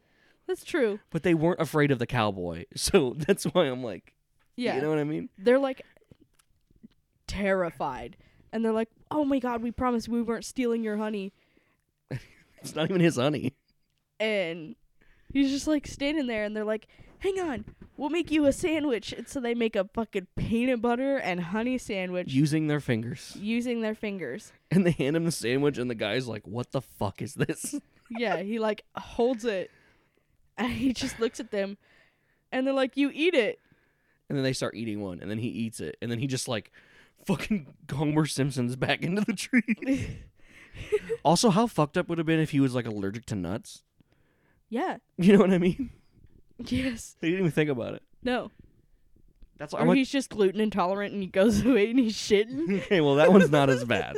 [SPEAKER 2] That's true.
[SPEAKER 1] But they weren't afraid of the cowboy, (laughs) so that's why I'm like,
[SPEAKER 2] Yeah,
[SPEAKER 1] you know what I mean?
[SPEAKER 2] they're like terrified, and they're like, "Oh my god, we promised we weren't stealing your honey,"
[SPEAKER 1] It's not even his honey.
[SPEAKER 2] and he's just like standing there, and they're like. Hang on, we'll make you a sandwich. And so they make a fucking peanut butter and honey
[SPEAKER 1] (laughs)
[SPEAKER 2] sandwich.
[SPEAKER 1] using their fingers.
[SPEAKER 2] using their fingers.
[SPEAKER 1] And they hand him the sandwich, and the guy's like, "What the fuck is this?" (laughs)
[SPEAKER 2] Yeah, he like holds it and he just looks at them and they're like, You eat it. (laughs)
[SPEAKER 1] And then they start eating one, and then he eats it, and then he just like, fucking (laughs) Homer Simpson's back into the tree. (laughs) also, how fucked up would have been if he was like allergic to nuts? (laughs)
[SPEAKER 2] Yeah.
[SPEAKER 1] You know what I mean?
[SPEAKER 2] Yes.
[SPEAKER 1] They didn't even think about it.
[SPEAKER 2] No.
[SPEAKER 1] That's
[SPEAKER 2] Or
[SPEAKER 1] I'm like,
[SPEAKER 2] he's just gluten intolerant and he goes (laughs) away and he's shitting.
[SPEAKER 1] (laughs) okay, well that one's not as bad.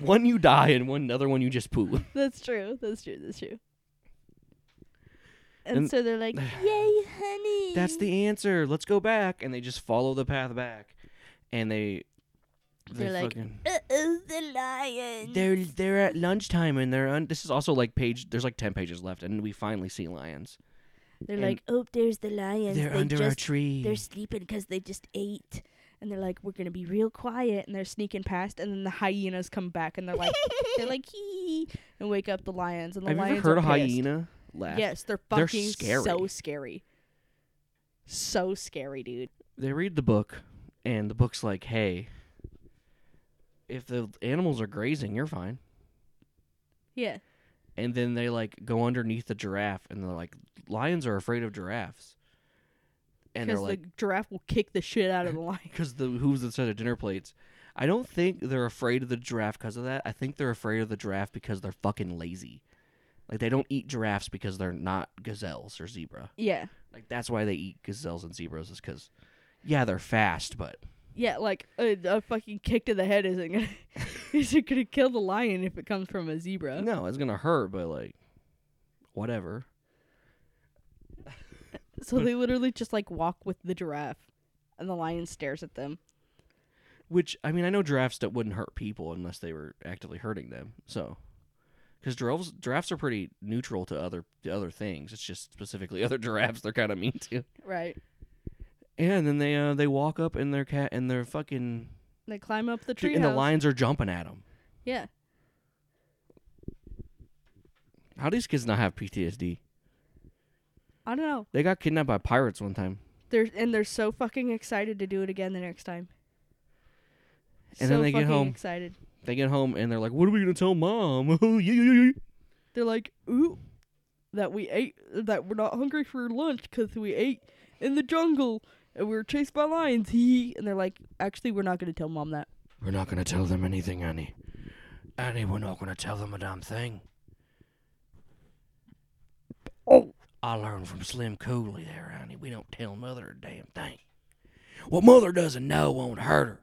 [SPEAKER 1] one you die, and one another one you just poo.
[SPEAKER 2] (laughs)
[SPEAKER 1] (laughs)
[SPEAKER 2] That's true. That's true. That's true. And,
[SPEAKER 1] And-
[SPEAKER 2] so
[SPEAKER 1] (sighs)
[SPEAKER 2] they're like, Yay, honey. (laughs)
[SPEAKER 1] That's the answer. Let's go back, and they just follow the path back, and they They
[SPEAKER 2] They're like,
[SPEAKER 1] fucking-
[SPEAKER 2] Uh-oh, the lion.
[SPEAKER 1] they're they're at lunchtime and they're on. This is also like page. There's like ten pages left, and we finally see lions.
[SPEAKER 2] They're
[SPEAKER 1] and
[SPEAKER 2] like, oh, there's the lions.
[SPEAKER 1] They're
[SPEAKER 2] they
[SPEAKER 1] under
[SPEAKER 2] just,
[SPEAKER 1] a tree.
[SPEAKER 2] They're sleeping because they just ate. And they're like, we're gonna be real quiet. And they're sneaking past. And then the hyenas come back, and they're like,
[SPEAKER 1] (laughs)
[SPEAKER 2] they're like, hee, and wake up the lions. And the
[SPEAKER 1] Have you
[SPEAKER 2] lions
[SPEAKER 1] ever heard
[SPEAKER 2] are
[SPEAKER 1] a
[SPEAKER 2] pissed.
[SPEAKER 1] hyena laugh?
[SPEAKER 2] Yes, they're
[SPEAKER 1] They're
[SPEAKER 2] fucking
[SPEAKER 1] scary.
[SPEAKER 2] so scary. So scary, dude.
[SPEAKER 1] They read the book, and the book's like, "Hey, if the animals are grazing, you're fine."
[SPEAKER 2] Yeah.
[SPEAKER 1] and then they like go underneath the giraffe and they're like lions are afraid of giraffes and they're
[SPEAKER 2] Because
[SPEAKER 1] like
[SPEAKER 2] the giraffe will kick the shit out of
[SPEAKER 1] (laughs)
[SPEAKER 2] the lion.
[SPEAKER 1] because the hooves instead of dinner plates i don't think they're afraid of the giraffe because of that i think they're afraid of the giraffe because they're fucking lazy like they don't eat giraffes because they're not gazelles or zebra
[SPEAKER 2] Yeah.
[SPEAKER 1] like that's why they eat gazelles and zebras is because yeah they're fast but
[SPEAKER 2] Yeah, like a, a fucking kick to the head isn't gonna (laughs) isn't gonna kill the lion if it comes from a zebra.
[SPEAKER 1] no it's gonna hurt but like whatever
[SPEAKER 2] So they literally just like walk with the giraffe, and the lion stares at them.
[SPEAKER 1] Which I mean, I know giraffes that wouldn't hurt people unless they were actively hurting them. So, because giraffes giraffes are pretty neutral to other to other things. It's just specifically (laughs) other giraffes they're kind of mean to.
[SPEAKER 2] Right.
[SPEAKER 1] And then they uh, they walk up and their cat and their fucking
[SPEAKER 2] They climb up the tree.
[SPEAKER 1] and the lions are jumping at them.
[SPEAKER 2] Yeah.
[SPEAKER 1] How do these kids not have PTSD?
[SPEAKER 2] I don't know.
[SPEAKER 1] They got kidnapped by pirates one time,
[SPEAKER 2] They're and they're so fucking excited to do it again the next time.
[SPEAKER 1] And
[SPEAKER 2] so
[SPEAKER 1] then they get
[SPEAKER 2] fucking
[SPEAKER 1] home.
[SPEAKER 2] excited.
[SPEAKER 1] they get home and they're like, "What are we gonna tell mom?" (laughs)
[SPEAKER 2] They're like, ooh, that we ate, that we're not hungry for lunch because we ate in the jungle and we were chased by lions. He and they're like, actually, we're not gonna tell mom that.
[SPEAKER 1] We're not gonna tell them anything, Annie. Annie, we're not gonna tell them a damn thing. Oh. I learned from Slim Cooley there, Annie. We don't tell mother a damn thing. What mother doesn't know won't hurt her.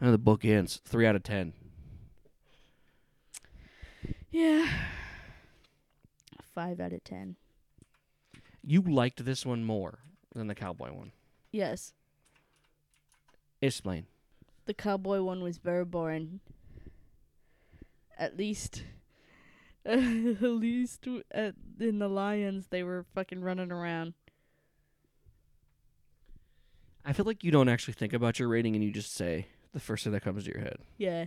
[SPEAKER 1] And the book ends three out of ten.
[SPEAKER 2] Yeah. (sighs) Five out of ten.
[SPEAKER 1] You liked this one more than the cowboy one.
[SPEAKER 2] Yes.
[SPEAKER 1] Explain.
[SPEAKER 2] The cowboy one was very boring. At least, (laughs) at least w- at, in the lions they were fucking running around.
[SPEAKER 1] I feel like you don't actually think about your rating and you just say the first thing that comes to your head.
[SPEAKER 2] Yeah.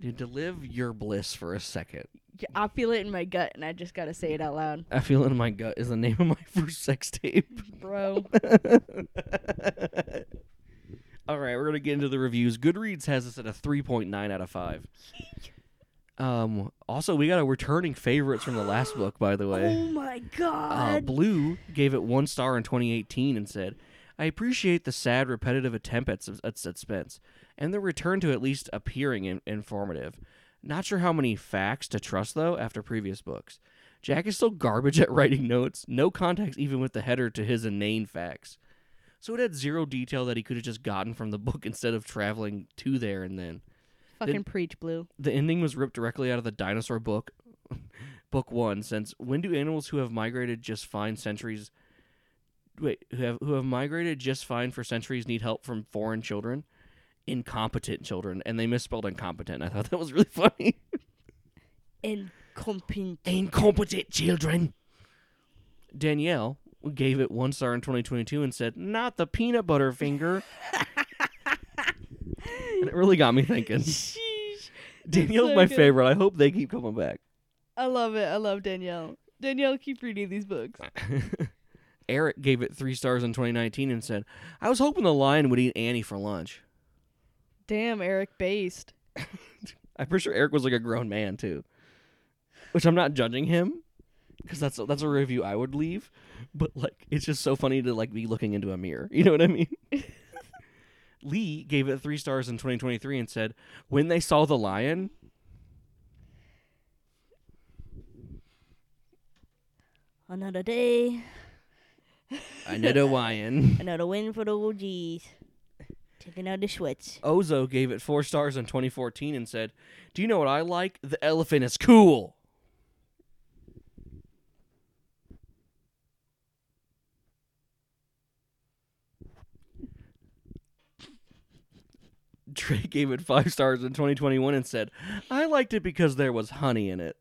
[SPEAKER 1] Dude, to live your bliss for a second.
[SPEAKER 2] J- I feel it in my gut, and I just gotta say it out loud,
[SPEAKER 1] I feel it in my gut is the name of my (laughs) first sex tape. (laughs)
[SPEAKER 2] bro.
[SPEAKER 1] All right, we're gonna get into the reviews. Goodreads has us at a three point nine out of (laughs) five. Um. Also, we got a returning favorites from the last book, by the way.
[SPEAKER 2] (laughs) oh my
[SPEAKER 1] Uh,
[SPEAKER 2] god.
[SPEAKER 1] Blue gave it one star in 2018 and said, "I appreciate the sad, repetitive attempt at, sus- at suspense, and the return to at least appearing in- informative. Not sure how many facts to trust though after previous books. Jack is still garbage at writing notes. No context even with the header to his inane facts." So it had zero detail that he could have just gotten from the book (laughs) instead of traveling to there and then.
[SPEAKER 2] Fucking preach, blue.
[SPEAKER 1] The ending was ripped directly out of the dinosaur book, (laughs) book one. Since when do animals who have migrated just fine centuries, wait, who have who have migrated just fine for centuries need help from foreign children, incompetent children, and they misspelled incompetent. I thought that was really (laughs) funny.
[SPEAKER 2] Incompetent.
[SPEAKER 1] incompetent children. Danielle gave it one star in 2022 and said, "Not the peanut butter finger." (laughs) and it really got me
[SPEAKER 2] (laughs)
[SPEAKER 1] thinking.
[SPEAKER 2] Sheesh.
[SPEAKER 1] Danielle's
[SPEAKER 2] so
[SPEAKER 1] my
[SPEAKER 2] good.
[SPEAKER 1] favorite. I hope they keep coming back.
[SPEAKER 2] I love it. I love Danielle. Danielle, keep reading these books.
[SPEAKER 1] Eric gave it three stars in 2019 and said, "I was hoping the lion would eat Annie for lunch."
[SPEAKER 2] Damn, Eric based.
[SPEAKER 1] I'm pretty sure Eric was like a grown man too, which I'm not judging him because that's that's a review I would leave. But like, it's just so funny to like be looking into a mirror. You know what I mean? Lee gave it three stars in 2023 and said, "When they saw the lion."
[SPEAKER 2] Another day,
[SPEAKER 1] Another lion.
[SPEAKER 2] another win for the OGs. Taking out the Schwitz.
[SPEAKER 1] Ozo gave it four stars in 2014 and said, "Do you know what I like? The elephant is cool." (laughs) Trey gave it five stars in 2021 and said, "I liked it because there was honey in it."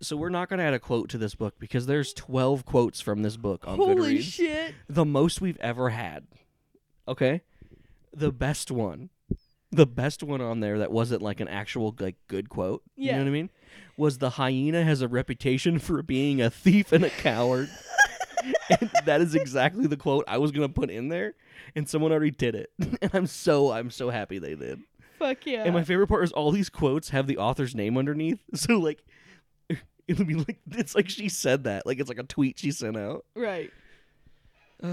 [SPEAKER 1] So we're not going to add a quote to this book because there's 12 quotes from this book on
[SPEAKER 2] Holy
[SPEAKER 1] Goodreads.
[SPEAKER 2] shit.
[SPEAKER 1] The most we've ever had. Okay? The best one. The best one on there that wasn't like an actual like good quote. You
[SPEAKER 2] Yeah.
[SPEAKER 1] know what I mean? Was the hyena has a reputation for being a thief and a
[SPEAKER 2] (laughs)
[SPEAKER 1] coward. and that is exactly the quote I was going to put in there and someone already did it. (laughs) and I'm so I'm so happy they did.
[SPEAKER 2] Fuck yeah.
[SPEAKER 1] And my favorite part is all these quotes have the author's name underneath. (laughs) So like it'll be like it's like she said that. Like it's like a tweet she sent out.
[SPEAKER 2] right. (laughs)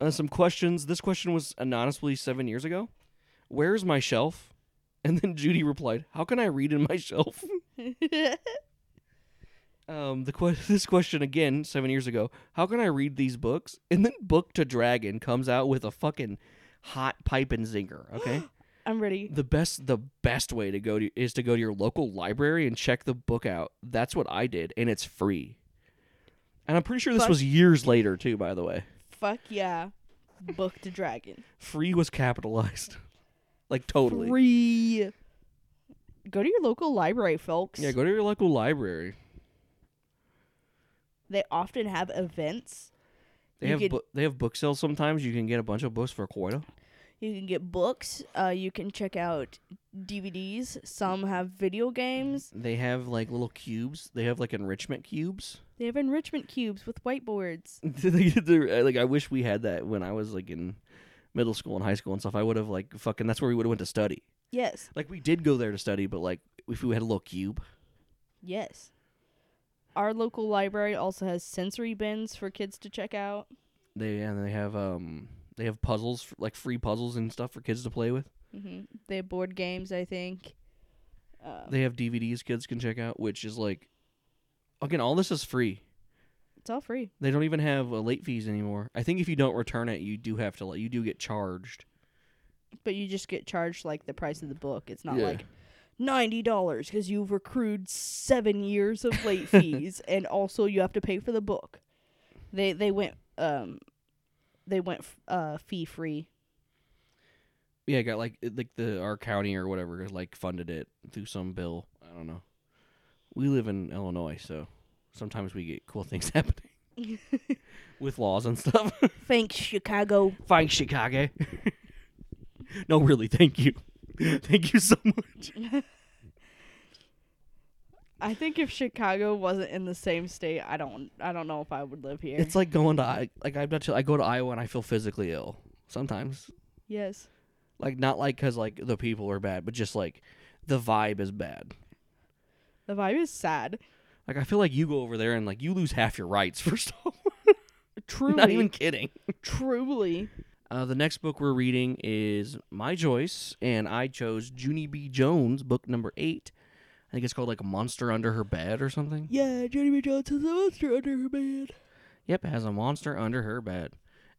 [SPEAKER 1] Uh, some questions. This question was anonymously seven years ago. Where's my shelf? (laughs) And then Judy replied, "How can I read in my shelf?" (laughs) Um, the que- (laughs) this question again seven years ago. How can I read these books? And then Book to Dragon comes out with a fucking hot pipe and zinger. Okay.
[SPEAKER 2] I'm ready.
[SPEAKER 1] the best the best way to go to is to go to your local library and check the book out. That's what I did, and it's free. And I'm pretty sure this
[SPEAKER 2] Fuck.
[SPEAKER 1] was years later too, by the way.
[SPEAKER 2] Fuck yeah. Book the dragon.
[SPEAKER 1] Free was capitalized. (laughs) Like totally.
[SPEAKER 2] Free. Go to your local library, folks.
[SPEAKER 1] Yeah, go to your local library.
[SPEAKER 2] they often have events.
[SPEAKER 1] They
[SPEAKER 2] You
[SPEAKER 1] have
[SPEAKER 2] could-
[SPEAKER 1] bu- they have book sales sometimes. You can get a bunch of books for a quarter.
[SPEAKER 2] You can get books. Uh, you can check out DVDs. Some have video games.
[SPEAKER 1] They have like little cubes. They have like enrichment cubes. (laughs)
[SPEAKER 2] They have enrichment cubes with whiteboards.
[SPEAKER 1] They- they're- uh, like I wish we had that when I was like in middle school and high school and stuff. I would have like fucking that's where we would have went to study.
[SPEAKER 2] Yes,
[SPEAKER 1] Like we did go there to study, but like if we had a little cube.
[SPEAKER 2] yes. Our local library also has sensory bins for kids to check out.
[SPEAKER 1] They and they have um they have puzzles f- like free puzzles and stuff for kids to play with.
[SPEAKER 2] hmm They have board games, I think. Uh,
[SPEAKER 1] They have DVDs kids can check out, which is like again all this is free.
[SPEAKER 2] it's all free.
[SPEAKER 1] They don't even have uh, late fees anymore. I think if you don't return it, you do have to like you do get charged.
[SPEAKER 2] but you just get charged like the price of the book. It's not
[SPEAKER 1] Yeah.
[SPEAKER 2] like ninety dollars because you've accrued seven years of (laughs) late fees, and also you have to pay for the book. They they went um, they went f- uh fee free.
[SPEAKER 1] Yeah, I got like it- like the our county or whatever has like funded it through some bill. I don't know. We live in Illinois, so sometimes we get cool (laughs) things happening with laws and stuff. (laughs)
[SPEAKER 2] Thanks, Chicago.
[SPEAKER 1] Thanks, Chicago. (laughs) no, really, thank you, (laughs) thank you so much.
[SPEAKER 2] I think if Chicago wasn't in the same state, I don't I don't know if I would live here.
[SPEAKER 1] It's like going to I- like I'm not. I go to Iowa and I feel physically ill sometimes.
[SPEAKER 2] yes,
[SPEAKER 1] Like not like because like the people are bad, but just like the vibe is bad.
[SPEAKER 2] the vibe is sad.
[SPEAKER 1] Like I feel like you go over there and like you lose half your rights (laughs) first off.
[SPEAKER 2] Truly,
[SPEAKER 1] Not even kidding.
[SPEAKER 2] truly.
[SPEAKER 1] Uh, the next book we're reading is my choice, and I chose Junie B. Jones, book number eight. I think it's called like Monster Under Her Bed or something.
[SPEAKER 2] (laughs) Yeah, Jenny B. Jones has a monster under her bed.
[SPEAKER 1] Yep, it has a monster under her bed.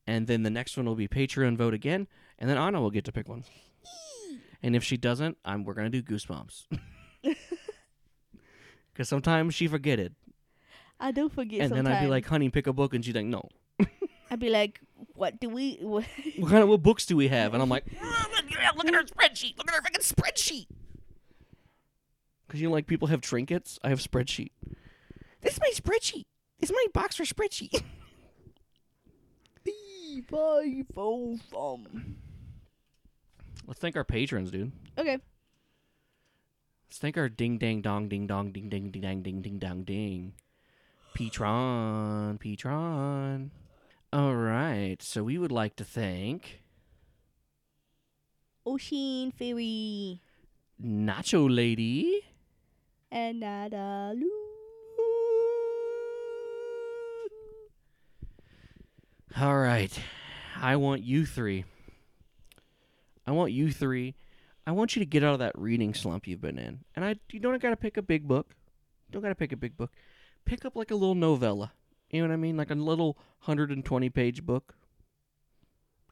[SPEAKER 1] And then the next one will be Patreon vote again, and then Anna will get to pick one. And if she doesn't, I'm we're gonna do
[SPEAKER 2] (laughs)
[SPEAKER 1] goosebumps. (laughs) Cause sometimes she forget it.
[SPEAKER 2] I do forget.
[SPEAKER 1] and then
[SPEAKER 2] sometimes.
[SPEAKER 1] I'd be like, honey, pick a book and she's like, No.
[SPEAKER 2] I'd be like, what do we? (laughs)
[SPEAKER 1] (laughs)
[SPEAKER 2] What?
[SPEAKER 1] What kind of what books do we have? And I'm like,
[SPEAKER 6] (laughs) Look at her spreadsheet. Look at her fucking spreadsheet.
[SPEAKER 1] Cause you know, like people have trinkets. I have spreadsheet.
[SPEAKER 6] This is my spreadsheet. This is my box for spreadsheet. (laughs)
[SPEAKER 1] Let's thank our patrons, dude.
[SPEAKER 2] Okay.
[SPEAKER 1] Let's thank our ding dang dong ding dong ding ding ding dang ding ding dong ding. Petron, Petron. All right, so we would like to thank
[SPEAKER 2] Ocean Fairy
[SPEAKER 1] Nacho Lady,
[SPEAKER 2] and uh, Nadalu.
[SPEAKER 1] All right. I want you three. I want you three. I want you to get out of that reading slump you've been in. And I you don't gotta pick a big book. Don't gotta pick a big book. Pick up like a little novella. You know what I mean? Like a little hundred and twenty page book.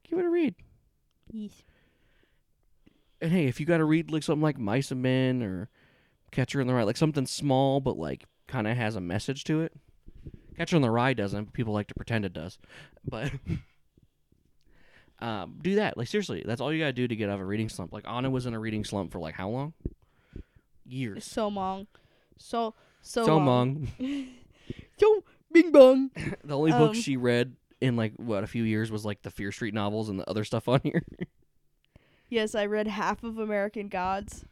[SPEAKER 1] Give it a read.
[SPEAKER 2] Yes.
[SPEAKER 1] And hey, if you gotta read like something like Mice and Men or Catcher in the Rye, like something small but like kinda has a message to it. Catcher in the Rye doesn't, but people like to pretend it does. But (laughs) Um, do that. Like seriously, that's all you gotta do to get out of a reading slump. Like Anna was in a reading slump for like how long? Years.
[SPEAKER 2] So long. So so,
[SPEAKER 1] so
[SPEAKER 2] long.
[SPEAKER 1] long. (laughs)
[SPEAKER 2] So bing bong.
[SPEAKER 1] the only book
[SPEAKER 2] Um,
[SPEAKER 1] she read in like what a few years was like the Fear Street novels and the other stuff on (laughs) here.
[SPEAKER 2] Yes, I read half of American Gods.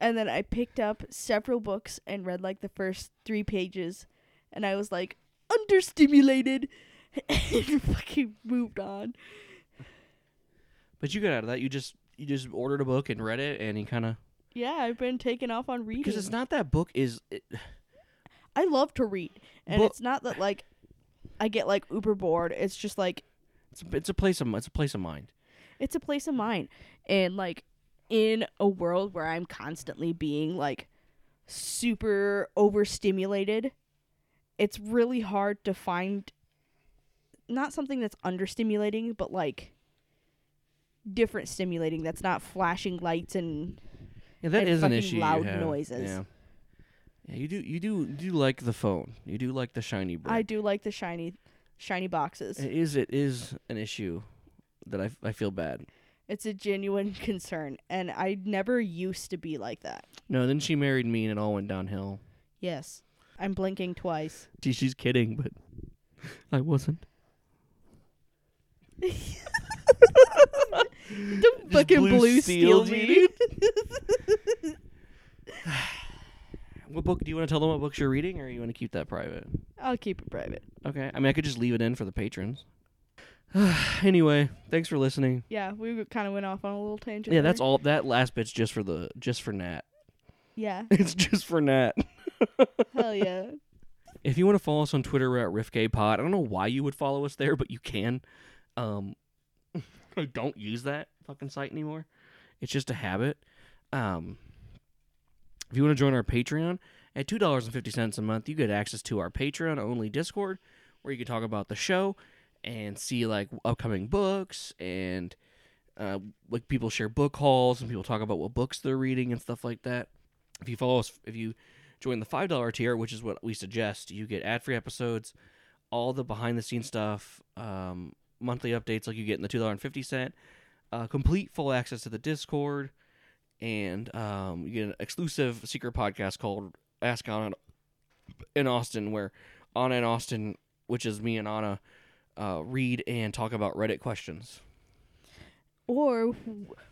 [SPEAKER 2] And then I picked up several books and read like the first three pages. And I was like, understimulated. (laughs) and (laughs) fucking moved on.
[SPEAKER 1] but you got out of that. You just you just ordered a book and read it, and you kind of
[SPEAKER 2] Yeah, I've been taken off on reading.
[SPEAKER 1] because it's not that book is. It,
[SPEAKER 2] I love to read. And
[SPEAKER 1] Well-
[SPEAKER 2] it's not that like I get like uber bored. It's just like
[SPEAKER 1] it's it's a place of it's a place of mind.
[SPEAKER 2] it's a place of mine and like in a world where i'm constantly being like super overstimulated it's really hard to find not something that's understimulating but like different stimulating that's not flashing lights and
[SPEAKER 1] Yeah, that
[SPEAKER 2] And
[SPEAKER 1] is an
[SPEAKER 2] fucking
[SPEAKER 1] issue. you
[SPEAKER 2] loud
[SPEAKER 1] have.
[SPEAKER 2] noises.
[SPEAKER 1] Yeah. Yeah, you do you do you do like the phone. You do like the shiny brick.
[SPEAKER 2] i do like the shiny shiny boxes
[SPEAKER 1] It is it is an issue that I, f- I feel bad.
[SPEAKER 2] it's a genuine (laughs) concern and i never used to be like that
[SPEAKER 1] No, then she married me and it all went downhill.
[SPEAKER 2] yes i'm blinking
[SPEAKER 1] (laughs)
[SPEAKER 2] twice
[SPEAKER 1] Gee, she's kidding, but I wasn't.
[SPEAKER 2] the fucking blue,
[SPEAKER 1] blue
[SPEAKER 2] steel,
[SPEAKER 1] steel,
[SPEAKER 2] me.
[SPEAKER 1] What book do you want to tell them what books you're reading, or you want to keep that private?
[SPEAKER 2] (laughs) I'll keep it private.
[SPEAKER 1] Okay, I mean I could just leave it in for the patrons. (sighs) anyway, thanks for listening.
[SPEAKER 2] Yeah, we kind of went off on a little tangent.
[SPEAKER 1] Yeah, that's
[SPEAKER 2] there.
[SPEAKER 1] all. That last bit's just for the just for Nat. (laughs)
[SPEAKER 2] Yeah,
[SPEAKER 1] It's just for Nat. (laughs)
[SPEAKER 2] hell yeah.
[SPEAKER 1] If you want to follow us on Twitter, we're at RiffKPod. I don't know why you would follow us there, but you can. Um, (laughs) I don't use that fucking site anymore. It's just a habit. Um, if you want to join our Patreon, at $2.50 a month, you get access to our Patreon only Discord where you can talk about the show and see like upcoming books and uh, like people share book hauls and people talk about what books they're reading and stuff like that. If you follow us, if you join the five dollar tier, which is what we suggest. You get ad free episodes, all the behind the scenes stuff, um, monthly updates like you get in the two dollar and fifty cent, uh, complete full access to the Discord, and um, you get an exclusive secret podcast called Ask Anna in Austin, where Anna and Austin, which is me and Anna, uh, read and talk about Reddit questions.
[SPEAKER 2] Or,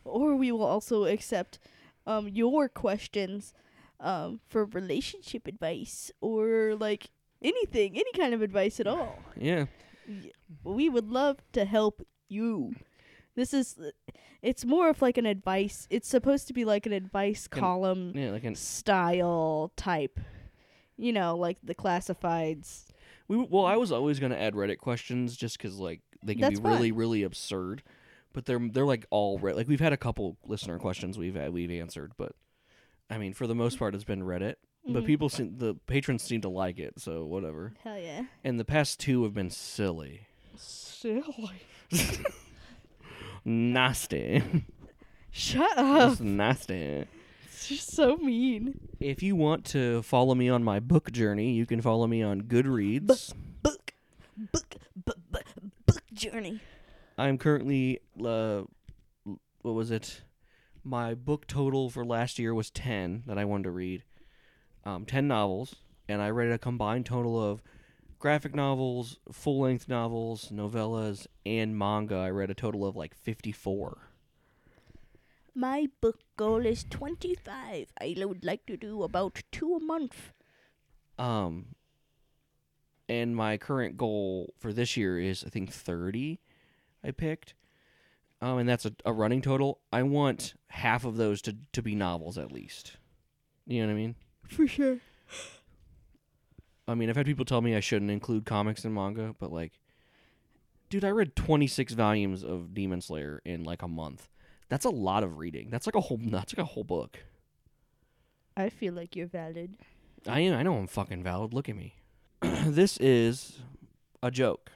[SPEAKER 2] or we will also accept um your questions um for relationship advice or like anything, any kind of advice at all.
[SPEAKER 1] Yeah,
[SPEAKER 2] We would love to help you. This is, it's more of like an advice. It's supposed to be like an advice
[SPEAKER 1] Can-
[SPEAKER 2] column.
[SPEAKER 1] yeah, like an
[SPEAKER 2] style type. You know, like the classifieds.
[SPEAKER 1] We well, I was always gonna add Reddit questions just because like they can
[SPEAKER 2] That's
[SPEAKER 1] be really really absurd, but they're they're like all Reddit. Like we've had a couple listener questions we've had, we've answered, but I mean for the most part it's been Reddit. But
[SPEAKER 2] Mhm.
[SPEAKER 1] people seem the patrons seem to like it, so whatever.
[SPEAKER 2] Hell yeah.
[SPEAKER 1] And the past two have been silly,
[SPEAKER 2] Silly.
[SPEAKER 1] nasty, (laughs)
[SPEAKER 2] Shut up. (laughs)
[SPEAKER 1] just nasty.
[SPEAKER 2] It's just so mean.
[SPEAKER 1] If you want to follow me on my book journey, you can follow me on Goodreads.
[SPEAKER 2] Book, book, book, book, book journey.
[SPEAKER 1] I'm currently uh, what was it? My book total for last year was ten that I wanted to read, um, ten novels, and I read a combined total of graphic novels, full length novels, novellas, and manga. I read a total of like fifty four.
[SPEAKER 2] My book goal is 25. I would like to do about two a month.
[SPEAKER 1] Um, and my current goal for this year is I think thirty. I picked, um, and that's a, a running total. I want half of those to to be novels at least. You know what I mean?
[SPEAKER 2] For sure.
[SPEAKER 1] I mean, I've had people tell me I shouldn't include comics and manga, but like, dude, I read twenty six volumes of Demon Slayer in like a month. That's a lot of reading. That's like a whole. That's like a whole book.
[SPEAKER 2] I feel like you're valid.
[SPEAKER 1] I am. I know I'm fucking valid. Look at me. (clears throat) this is a joke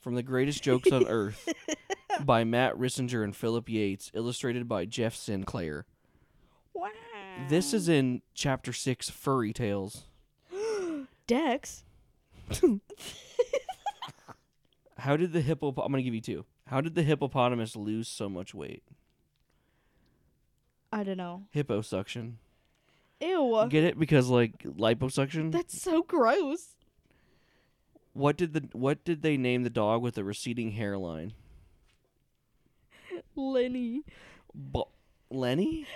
[SPEAKER 1] from the greatest jokes on (laughs) earth by Matt Rissinger and Philip Yates, illustrated by Jeff Sinclair.
[SPEAKER 2] Wow.
[SPEAKER 1] This is in chapter six, Furry Tales.
[SPEAKER 2] Dex.
[SPEAKER 1] How did the hippo? I'm gonna give you two. How did the hippopotamus lose so much weight?
[SPEAKER 7] I don't know.
[SPEAKER 1] Hipposuction.
[SPEAKER 7] Ew.
[SPEAKER 1] Get it because like liposuction.
[SPEAKER 7] That's so gross.
[SPEAKER 1] what did the what did they name the dog with the receding hairline?
[SPEAKER 7] Lenny. (laughs)
[SPEAKER 1] Bo- Lenny.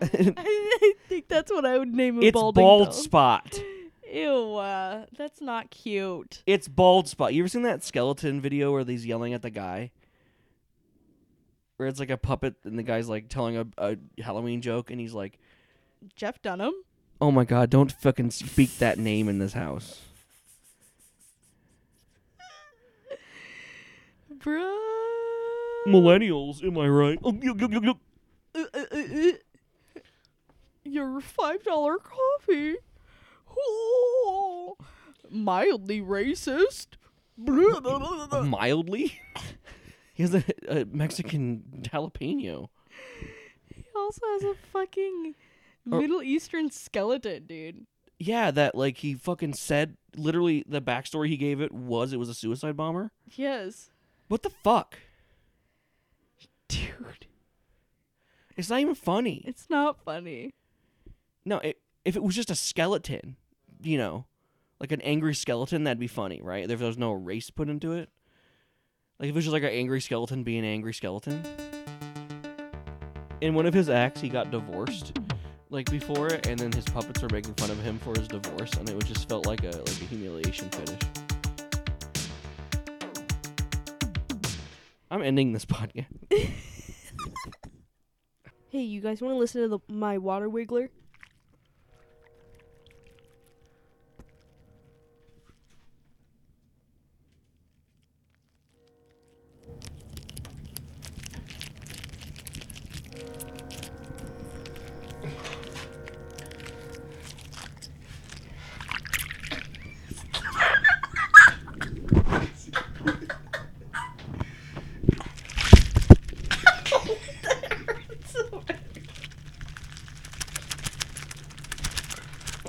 [SPEAKER 7] I think that's what I would name a
[SPEAKER 1] it's
[SPEAKER 7] balding
[SPEAKER 1] bald
[SPEAKER 7] dog.
[SPEAKER 1] spot.
[SPEAKER 7] Ew, uh, that's not cute.
[SPEAKER 1] It's bald spot. You ever seen that skeleton video where he's yelling at the guy? Where it's like a puppet and the guy's like telling a, a Halloween joke and he's like,
[SPEAKER 7] Jeff Dunham?
[SPEAKER 1] "Oh my god, don't fucking speak that name in this house."
[SPEAKER 7] Bruh.
[SPEAKER 1] Millennials, am I right? Oh, yuk, yuk, yuk, yuk.
[SPEAKER 7] Uh, uh, uh, uh. Your $5 coffee. Oh, mildly racist. Bruh, blah, blah, blah, blah.
[SPEAKER 1] Uh, Mildly. (laughs) he has a, a Mexican jalapeno.
[SPEAKER 7] He also has a fucking
[SPEAKER 1] Oh.
[SPEAKER 7] Middle Eastern skeleton, dude.
[SPEAKER 1] Yeah, that like he fucking said. Literally, the backstory he gave it was it was a suicide bomber.
[SPEAKER 7] Yes.
[SPEAKER 1] What the fuck?
[SPEAKER 7] Dude,
[SPEAKER 1] It's not even funny.
[SPEAKER 7] it's not funny.
[SPEAKER 1] No, it, if it was just a skeleton, you know, like an angry skeleton, that'd be funny, right? If there was no race put into it. Like if it was just like an angry skeleton being an angry skeleton. In one of his acts, he got divorced, like before it, and then his puppets were making fun of him for his divorce, and it was just felt like a like a humiliation finish. I'm ending this (laughs) podcast.
[SPEAKER 7] Hey, you guys want to listen to the, my water wiggler? (laughs)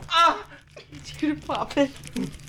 [SPEAKER 7] Ah, Dude, pop it.